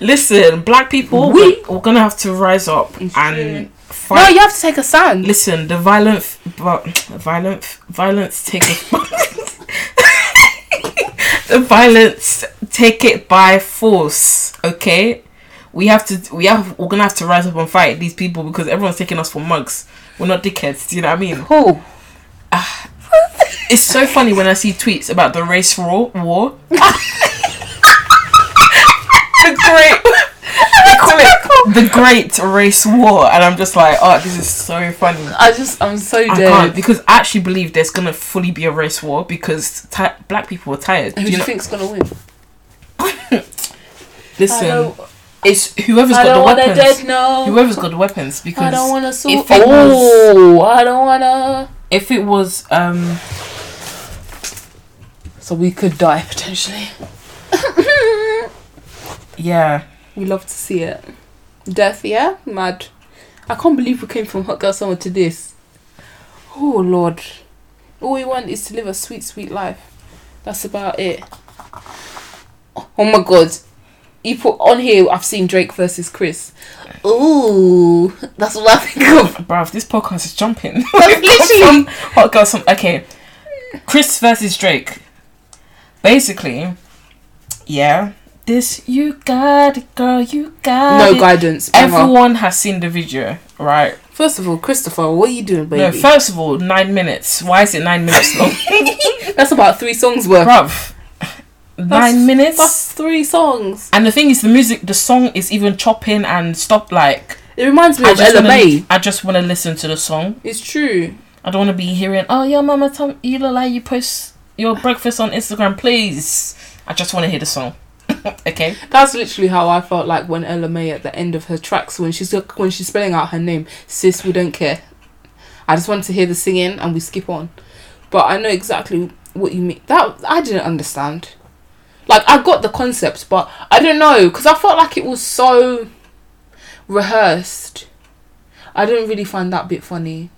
S2: listen, black people,
S1: We-
S2: we we're gonna have to rise up
S1: It's
S2: and
S1: no
S2: fight.
S1: you have to take a stand
S2: Listen, the violent, f- vi- violent, f- violence take it. <laughs> the violence take it by force. Okay, we have to. We have. We're gonna have to rise up and fight these people because everyone's taking us for mugs. We're not dickheads. Do you know what I mean?
S1: cool
S2: It's so funny when I see tweets about the race war. War. <laughs> the great. They call it the Great Race War, and I'm just like, oh, this is so funny.
S1: i just i'm so
S2: I
S1: dead
S2: can't because I actually believe there's gonna fully be a race war because ti black people are tired.
S1: who do
S2: Do you
S1: you
S2: know-
S1: think's gonna win
S2: Listen, it's whoever's
S1: I
S2: got the
S1: don't want to
S2: weapons.
S1: dead no.
S2: Whoever's got the weapons
S1: I don't
S2: because
S1: want to sue.
S2: if it
S1: Oh, I don't want to.
S2: if it was um
S1: So we could die potentially.
S2: yeah
S1: we love to see it. Death, yeah, mad. I can't believe we came from hot girl summer to this. Oh lord, all we want is to live a sweet, sweet life. That's about it. Oh my god, you put on here. I've seen Drake versus Chris. Ooh, that's what I think of.
S2: bruv this podcast is jumping.
S1: <laughs> That's literally.
S2: Hot girl, some okay. Chris versus Drake. Basically, yeah. This you got it, girl. You got
S1: No
S2: it.
S1: guidance. Ever.
S2: Everyone has seen the video, right?
S1: First of all, Christopher, what are you doing,
S2: No,
S1: baby?
S2: first of all, nine minutes. Why is it nine
S1: <laughs>
S2: minutes long?
S1: that's about three songs worth.
S2: Bruv. Nine minutes.
S1: That's three songs.
S2: And the thing is, the music, the song is even chopping and stop. Like,
S1: It reminds me of Ella
S2: wanna,
S1: May.
S2: I just want to listen to the song.
S1: It's true.
S2: I don't want to be hearing, oh, your mama, Tom, you look like you post your breakfast on Instagram, please. I just want to hear the song. <laughs> okay.
S1: <laughs> That's literally how I felt like when Ella May at the end of her tracks when she's when she's spelling out her name, sis, we don't care. I just want to hear the singing and we skip on. But I know exactly what you mean. That I didn't understand. Like I got the concept, but I don't know because I felt like it was so rehearsed. I didn't really find that bit funny.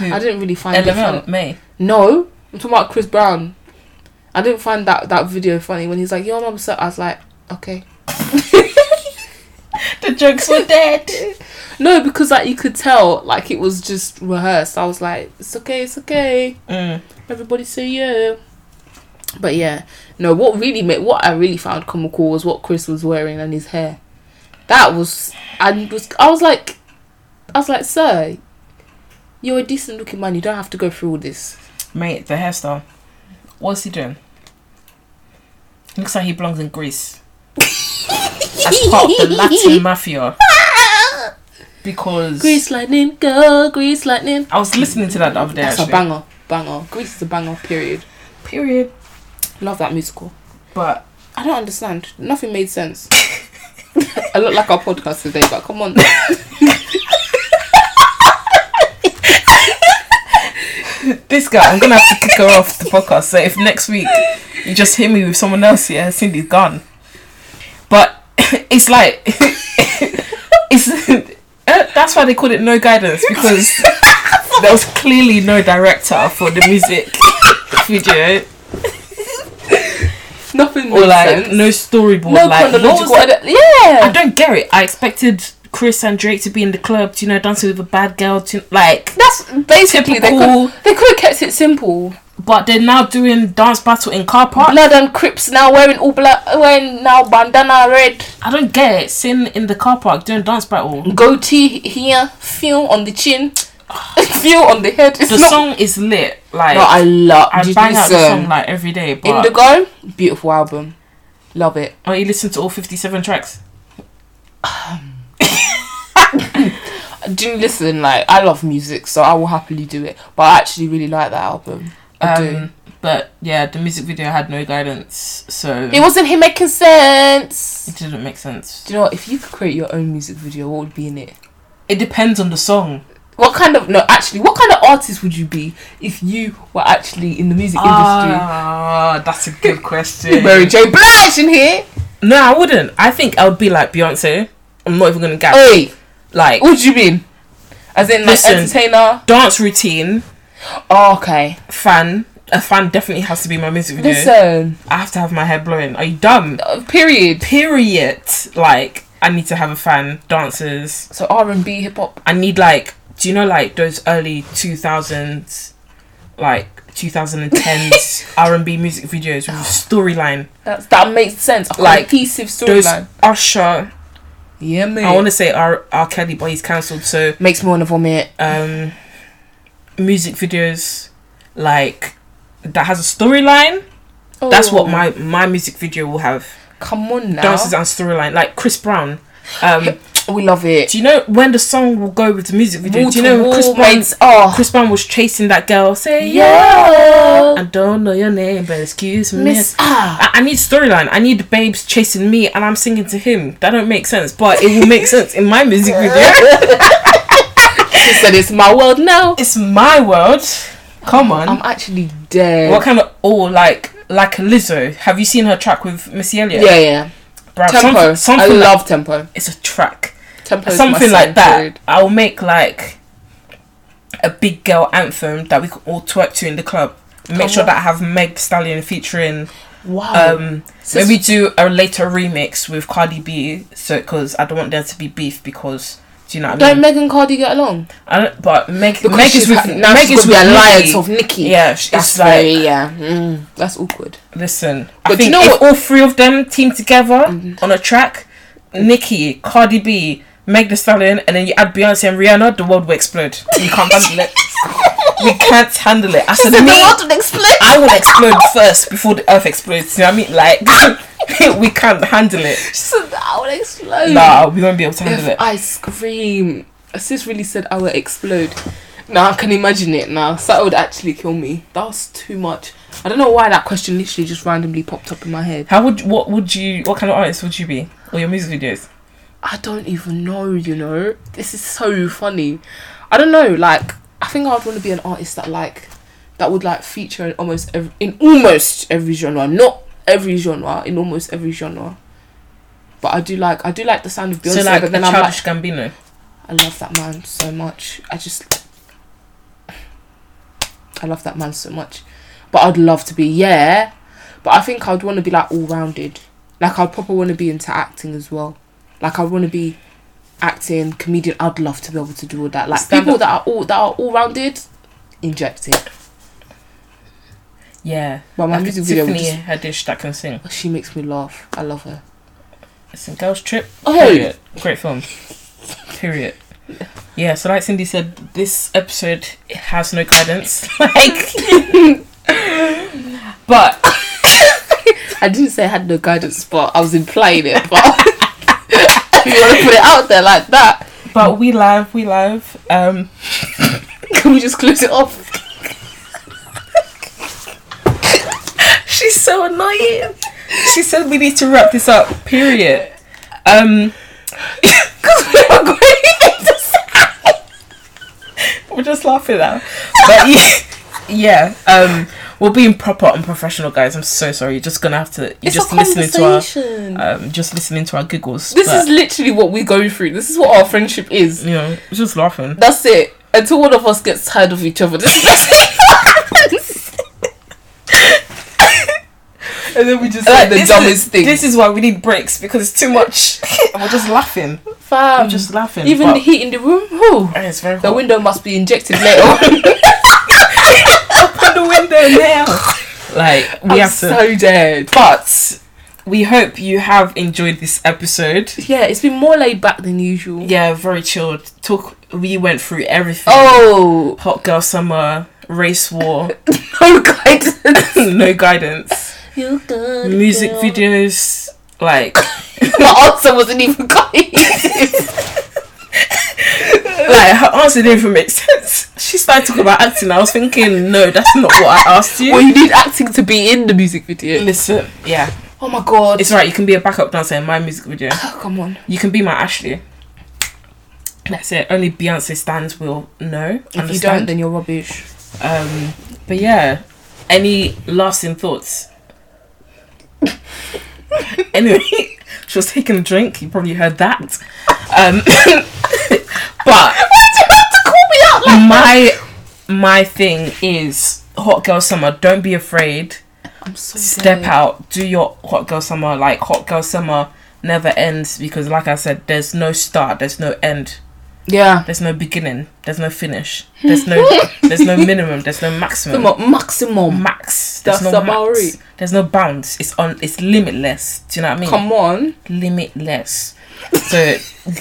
S1: I didn't really find it funny.
S2: LML, May.
S1: No, I'm talking about Chris Brown. I didn't find that that video funny when he's like, "Yo, mum," so I was like, "Okay."
S2: The jokes were dead.
S1: No, because like you could tell, like it was just rehearsed. I was like, "It's okay, it's okay."
S2: Mm.
S1: Everybody say yeah. But yeah, no. What really made what I really found comical was what Chris was wearing and his hair. That was and was I was like, I was like, "Sir, you're a decent looking man. You don't have to go through all this."
S2: Mate, the hairstyle. What's he doing? Looks like he belongs in Greece. As part of the
S1: <laughs>
S2: Latin mafia. Because
S1: Grease lightning, go Grease lightning.
S2: I was listening to that the other day
S1: That's a
S2: actually.
S1: banger, banger. Grease is a banger. Period.
S2: Period.
S1: Love that musical.
S2: But
S1: I don't understand. Nothing made sense. <laughs> I look like our podcast today, but come on. <laughs>
S2: this guy, I'm gonna have to kick her off the podcast. So if next week you just hit me with someone else, yeah, Cindy's gone. But <laughs> it's like <laughs> it's <laughs> uh, that's why they called it no guidance because <laughs> there was clearly no director for the music <laughs> video
S1: Nothing made
S2: or like
S1: sense.
S2: no storyboard.
S1: no
S2: like what was
S1: chronological.
S2: that?
S1: order- Yeah.
S2: I don't get it. I expected Chris and Drake to be in the club, do you know, dancing with a bad girl, do you, like.
S1: That's basically they
S2: Typical.
S1: could they could have kept it simple.
S2: But they're now doing dance battle in car park.
S1: Blood and Crips now wearing all black, wearing now bandana red,
S2: I don't get it. Sin in the car park doing dance battle.
S1: goatee here, feel on the chin, <laughs> feel on the head. It's
S2: The
S1: not.
S2: song is lit. Like
S1: no, I um, love.
S2: I
S1: did
S2: bang
S1: you
S2: out the
S1: listen?
S2: song like every day. But
S1: Indigo, beautiful album, love it.
S2: oh, you listen to all fifty-seven tracks.
S1: I do listen. Like I love music, so I will happily do it. But I actually really like that album. I do.
S2: Um, but yeah, the music video had no guidance, so
S1: It wasn't him making sense.
S2: it didn't make sense.
S1: Do you know what? If you could create your own music video, what would be in it?
S2: It depends on the song.
S1: What kind of no? Actually, what kind of artist would you be if you were actually in the music industry?
S2: Ah, that's a good
S1: <laughs>
S2: question.
S1: Mary J. Blige in here.
S2: No, I wouldn't. I think I would be like Beyonce. I'm not even gonna gap.
S1: Hey,
S2: Like
S1: what do you mean? As in, like
S2: Listen.
S1: entertainer.
S2: dance routine,
S1: Oh, okay.
S2: fan. A fan definitely has to be my music video.
S1: Listen.
S2: I have to have my hair blowing. Are you dumb?
S1: uh, period.
S2: Period. Like I need to have a fan. Dancers.
S1: So R and B, hip hop.
S2: I need like. Do you know like those early two thousands, like 2010s R and B music videos with storyline.
S1: That's that makes sense. A
S2: Like,
S1: cohesive
S2: Those
S1: storyline.
S2: Usher.
S1: Yeah, mate.
S2: I want to say R R Kelly, but he's cancelled. So
S1: makes me want to vomit.
S2: um music videos like that has a storyline that's what my my music video will have
S1: come on now.
S2: dances and storyline like chris brown um
S1: we love it.
S2: do you know when the song will go with the music video
S1: Wall
S2: do
S1: to
S2: you know when chris
S1: wall,
S2: brown
S1: mates. Oh,
S2: chris brown was chasing that girl say
S1: Yeah.
S2: yeah i don't know your name but excuse me
S1: Miss Ah.
S2: I, I need storyline i need the babes chasing me and i'm singing to him that don't make sense but it will make sense in my
S1: <laughs>
S2: music video
S1: She said it's my world now.
S2: it's my world come on
S1: I'm actually dead.
S2: What kind of or like like Lizzo? Have you seen her track with Missy Elliott?
S1: yeah, yeah.
S2: Bruh,
S1: Tempo.
S2: Something, something
S1: I
S2: like-
S1: love tempo.
S2: it's a track.
S1: Tempo. is my
S2: something like
S1: song,
S2: that.
S1: period.
S2: I'll make like a big girl anthem that we can all twerk to in the club. Make
S1: Come
S2: sure
S1: on. Oh,
S2: that I have Meg Stallion featuring.
S1: Wow.
S2: Um,
S1: Sis-
S2: maybe do a later remix with Cardi B. So because I don't want there to be beef because. Do you know what I
S1: Don't
S2: mean?
S1: Meg and Cardi get along?
S2: I don't, but Meg,
S1: Because
S2: Meg
S1: she's
S2: is with
S1: ha- now
S2: Meg
S1: she's
S2: is
S1: got
S2: with
S1: the alliance
S2: Nicki.
S1: of Nicki.
S2: Yeah, sh-
S1: That's
S2: it's like
S1: very yeah. Mm, that's
S2: <laughs>
S1: awkward.
S2: Listen,
S1: But
S2: I
S1: do you
S2: think
S1: know
S2: if
S1: what- Mm-hmm.
S2: all three of them team together on a track, Nicki, Cardi B, Meg Thee Stallion, and then you add Beyonce and Rihanna, the world will explode.
S1: <laughs>
S2: We can't handle it. We can't handle it. I said, me,
S1: would explain.
S2: I will explode first before the earth explodes. You know what I mean? Like, <laughs> we can't handle it.
S1: She <laughs> said I would explode.
S2: Nah, we won't be able to handle
S1: If
S2: it.
S1: I scream, a sis really said I would explode. Now I can imagine it. Now so that would actually kill me. That was too much. I don't know why that question literally just randomly popped up in my head.
S2: How would, what would you, what kind of artist would you be? Or your music videos?
S1: I don't even know. You know, this is so funny. I don't know. Like I think I'd want to be an artist that like that would like feature in almost every, in almost every genre. Not every genre. In almost every genre. But I do like I do like the sound of Beyonce.
S2: so, like,
S1: but
S2: a
S1: then I'm like
S2: Childish Gambino.
S1: I love that man so much. I just I love that man so much. But I'd love to be, yeah. But I think I'd want to be like all rounded. Like I'd probably want to be into acting as well. Like I want to be acting, comedian. I'd love to be able to do all that. Like
S2: Stand
S1: people
S2: up.
S1: that are all that are all rounded, inject it.
S2: Yeah.
S1: But my
S2: Like a
S1: music video, would
S2: Tiffany
S1: just,
S2: Haddish that can sing.
S1: she makes me laugh. I love her.
S2: It's a girls' trip.
S1: Oh.
S2: Period. Great film. Period. Yeah, so like Cindy said, this episode has <laughs> no guidance. like, but
S1: I didn't say I had no guidance, but I was implying it. But <laughs> if you want to put it out there like that,
S2: But we live, we live. Um,
S1: <laughs> can we just close it off? <laughs>
S2: she's so annoying. She said we need to wrap this up. Period. Um,
S1: Because we are going <laughs> to say.
S2: we're just laughing now. But yeah, <laughs> yeah. Um, we're being proper and professional, guys. I'm so sorry. You're just gonna have to. You're
S1: It's
S2: just
S1: a
S2: listening to our.
S1: conversation.
S2: Um, just listening to our giggles.
S1: this
S2: but,
S1: is literally what we go through. This is what our friendship is.
S2: you know, just laughing.
S1: That's it. Until one of us gets tired of each other. <laughs> This is
S2: And then we just
S1: Like the
S2: this
S1: dumbest
S2: is,
S1: thing.
S2: This is why we need breaks because it's too much. Um, and <laughs> we're just laughing.
S1: Fam.
S2: We're just laughing.
S1: Even
S2: but-
S1: the heat in the room. Whew.
S2: And it's very
S1: The
S2: hot.
S1: window must be injected later on.
S2: Open the window now. <laughs> like <laughs> we
S1: I'm
S2: have to.
S1: so dead.
S2: But we hope you have enjoyed this episode.
S1: Yeah, it's been more laid back than usual.
S2: Yeah, very chilled. Talk. We went through everything.
S1: Oh,
S2: Hot girl summer, race war, <laughs>
S1: no <laughs> guidance.
S2: no guidance,
S1: You good?
S2: music
S1: girl.
S2: videos. <laughs> Like
S1: My answer wasn't even guidance.
S2: like her answer didn't even make sense. She started talking about acting. I was thinking, no, that's not what I asked you.
S1: well, you need acting to be in the music video.
S2: Listen, yeah,
S1: Oh my god.
S2: it's right. You can be a backup dancer in my music video.
S1: Oh, come on.
S2: You can be my Ashley. That's it. Only Beyonce stands will know.
S1: If you don't, then you're rubbish.
S2: Um, but yeah, any lasting
S1: <laughs>
S2: thoughts? anyway, <laughs> she was taking a drink. You probably heard that. Um, <laughs>
S1: <laughs>
S2: but
S1: Call me out like
S2: my my thing is hot girl summer. Don't be afraid.
S1: I'm so
S2: Step
S1: dead.
S2: out. Do your hot girl summer. Like hot girl summer never ends because, like I said, there's no start. There's no end.
S1: Yeah.
S2: There's no beginning. There's no finish.
S1: <laughs>
S2: There's no. there's no minimum. There's no maximum.
S1: Maximum. Maximum.
S2: max. There's
S1: That's
S2: no
S1: about
S2: max.
S1: it.
S2: There's no bounds. It's on. It's limitless. Do you know what I mean?
S1: Come on.
S2: Limitless. So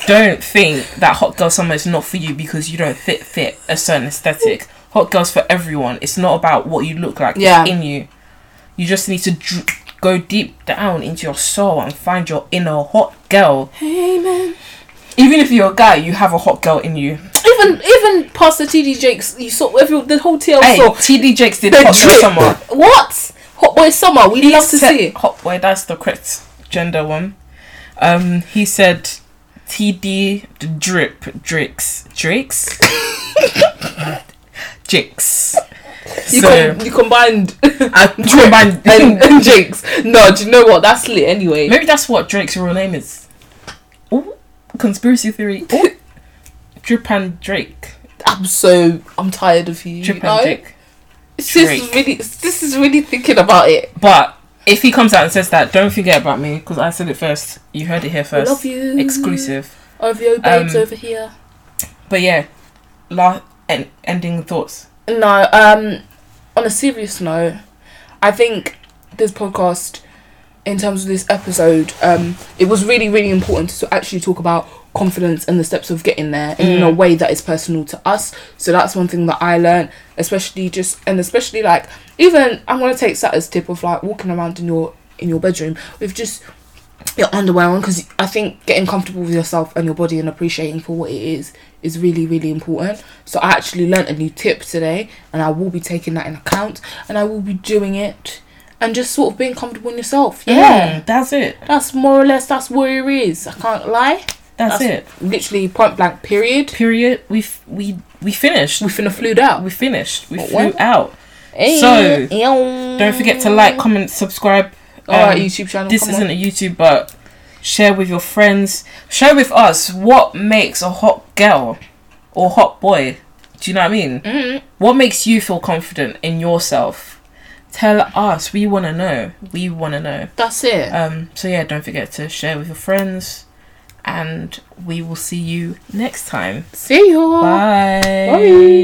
S2: don't think that hot girl summer is not for you because you don't fit fit a certain aesthetic. Hot girls for everyone. It's not about what you look like.
S1: Yeah.
S2: It's in you. You just need to dr- go deep down into your soul and find your inner hot girl.
S1: Hey man.
S2: Even if you're a guy, you have a hot girl in you.
S1: Even even Pastor TD Jakes, you saw every the whole TL
S2: Hey,
S1: saw
S2: TD Jakes did
S1: the
S2: hot girl
S1: drip.
S2: summer.
S1: What? Hot boy summer. We love to
S2: said-
S1: see it.
S2: Hot boy, that's the correct gender one. Um, he said TD d- drip drakes
S1: <laughs>
S2: drakes jigs.
S1: You,
S2: So
S1: com- you combined <laughs>
S2: I combined. <laughs>
S1: and, and Jakes. No, do you know what? That's lit anyway.
S2: Maybe that's what Drake's real name is. Ooh, conspiracy theory. Ooh. Drip and Drake.
S1: I'm so I'm tired of you.
S2: Drip
S1: you know?
S2: and Drake.
S1: This is
S2: Drake.
S1: really this is really thinking about it.
S2: But if he comes out and says that, don't forget about me because I said it first. You heard it here
S1: I
S2: first.
S1: Love you.
S2: Exclusive.
S1: OVO babes
S2: Um,
S1: over here.
S2: But yeah, last en- ending thoughts.
S1: No, um, on a serious note, I think this podcast, in terms of this episode, um, it was really, really important to actually talk about confidence and the steps of getting there and in a
S2: Mm.
S1: way that is personal to us. So that's one thing that I learned, especially just and especially like even I'm gonna take that as tip of like walking around in your in your bedroom with just your underwear on because I think getting comfortable with yourself and your body and appreciating for what it is is really really important. So I actually learnt a new tip today, and I will be taking that in account, and I will be doing it, and just sort of being comfortable in yourself. Yeah,
S2: Mm, that's it.
S1: that's more or less that's what it is. I can't lie.
S2: That's, it.
S1: Literally point blank. Period.
S2: Period. We f- we we finished.
S1: We finna flued out.
S2: We finished. We
S1: What,
S2: flew
S1: what?
S2: out.
S1: Eh, ew.
S2: Don't forget to like, comment, subscribe.
S1: All right,
S2: um,
S1: YouTube channel.
S2: This
S1: come on.
S2: isn't a YouTube, but share with your friends. Share with us what makes a hot girl or hot boy. Do you know what I mean?
S1: Mm.
S2: What makes you feel confident in yourself? Tell us. We want to know. We want to know.
S1: That's it.
S2: Um, so yeah, don't forget to share with your friends, and we will see you next time.
S1: See you.
S2: Bye.
S1: Oh, Bye.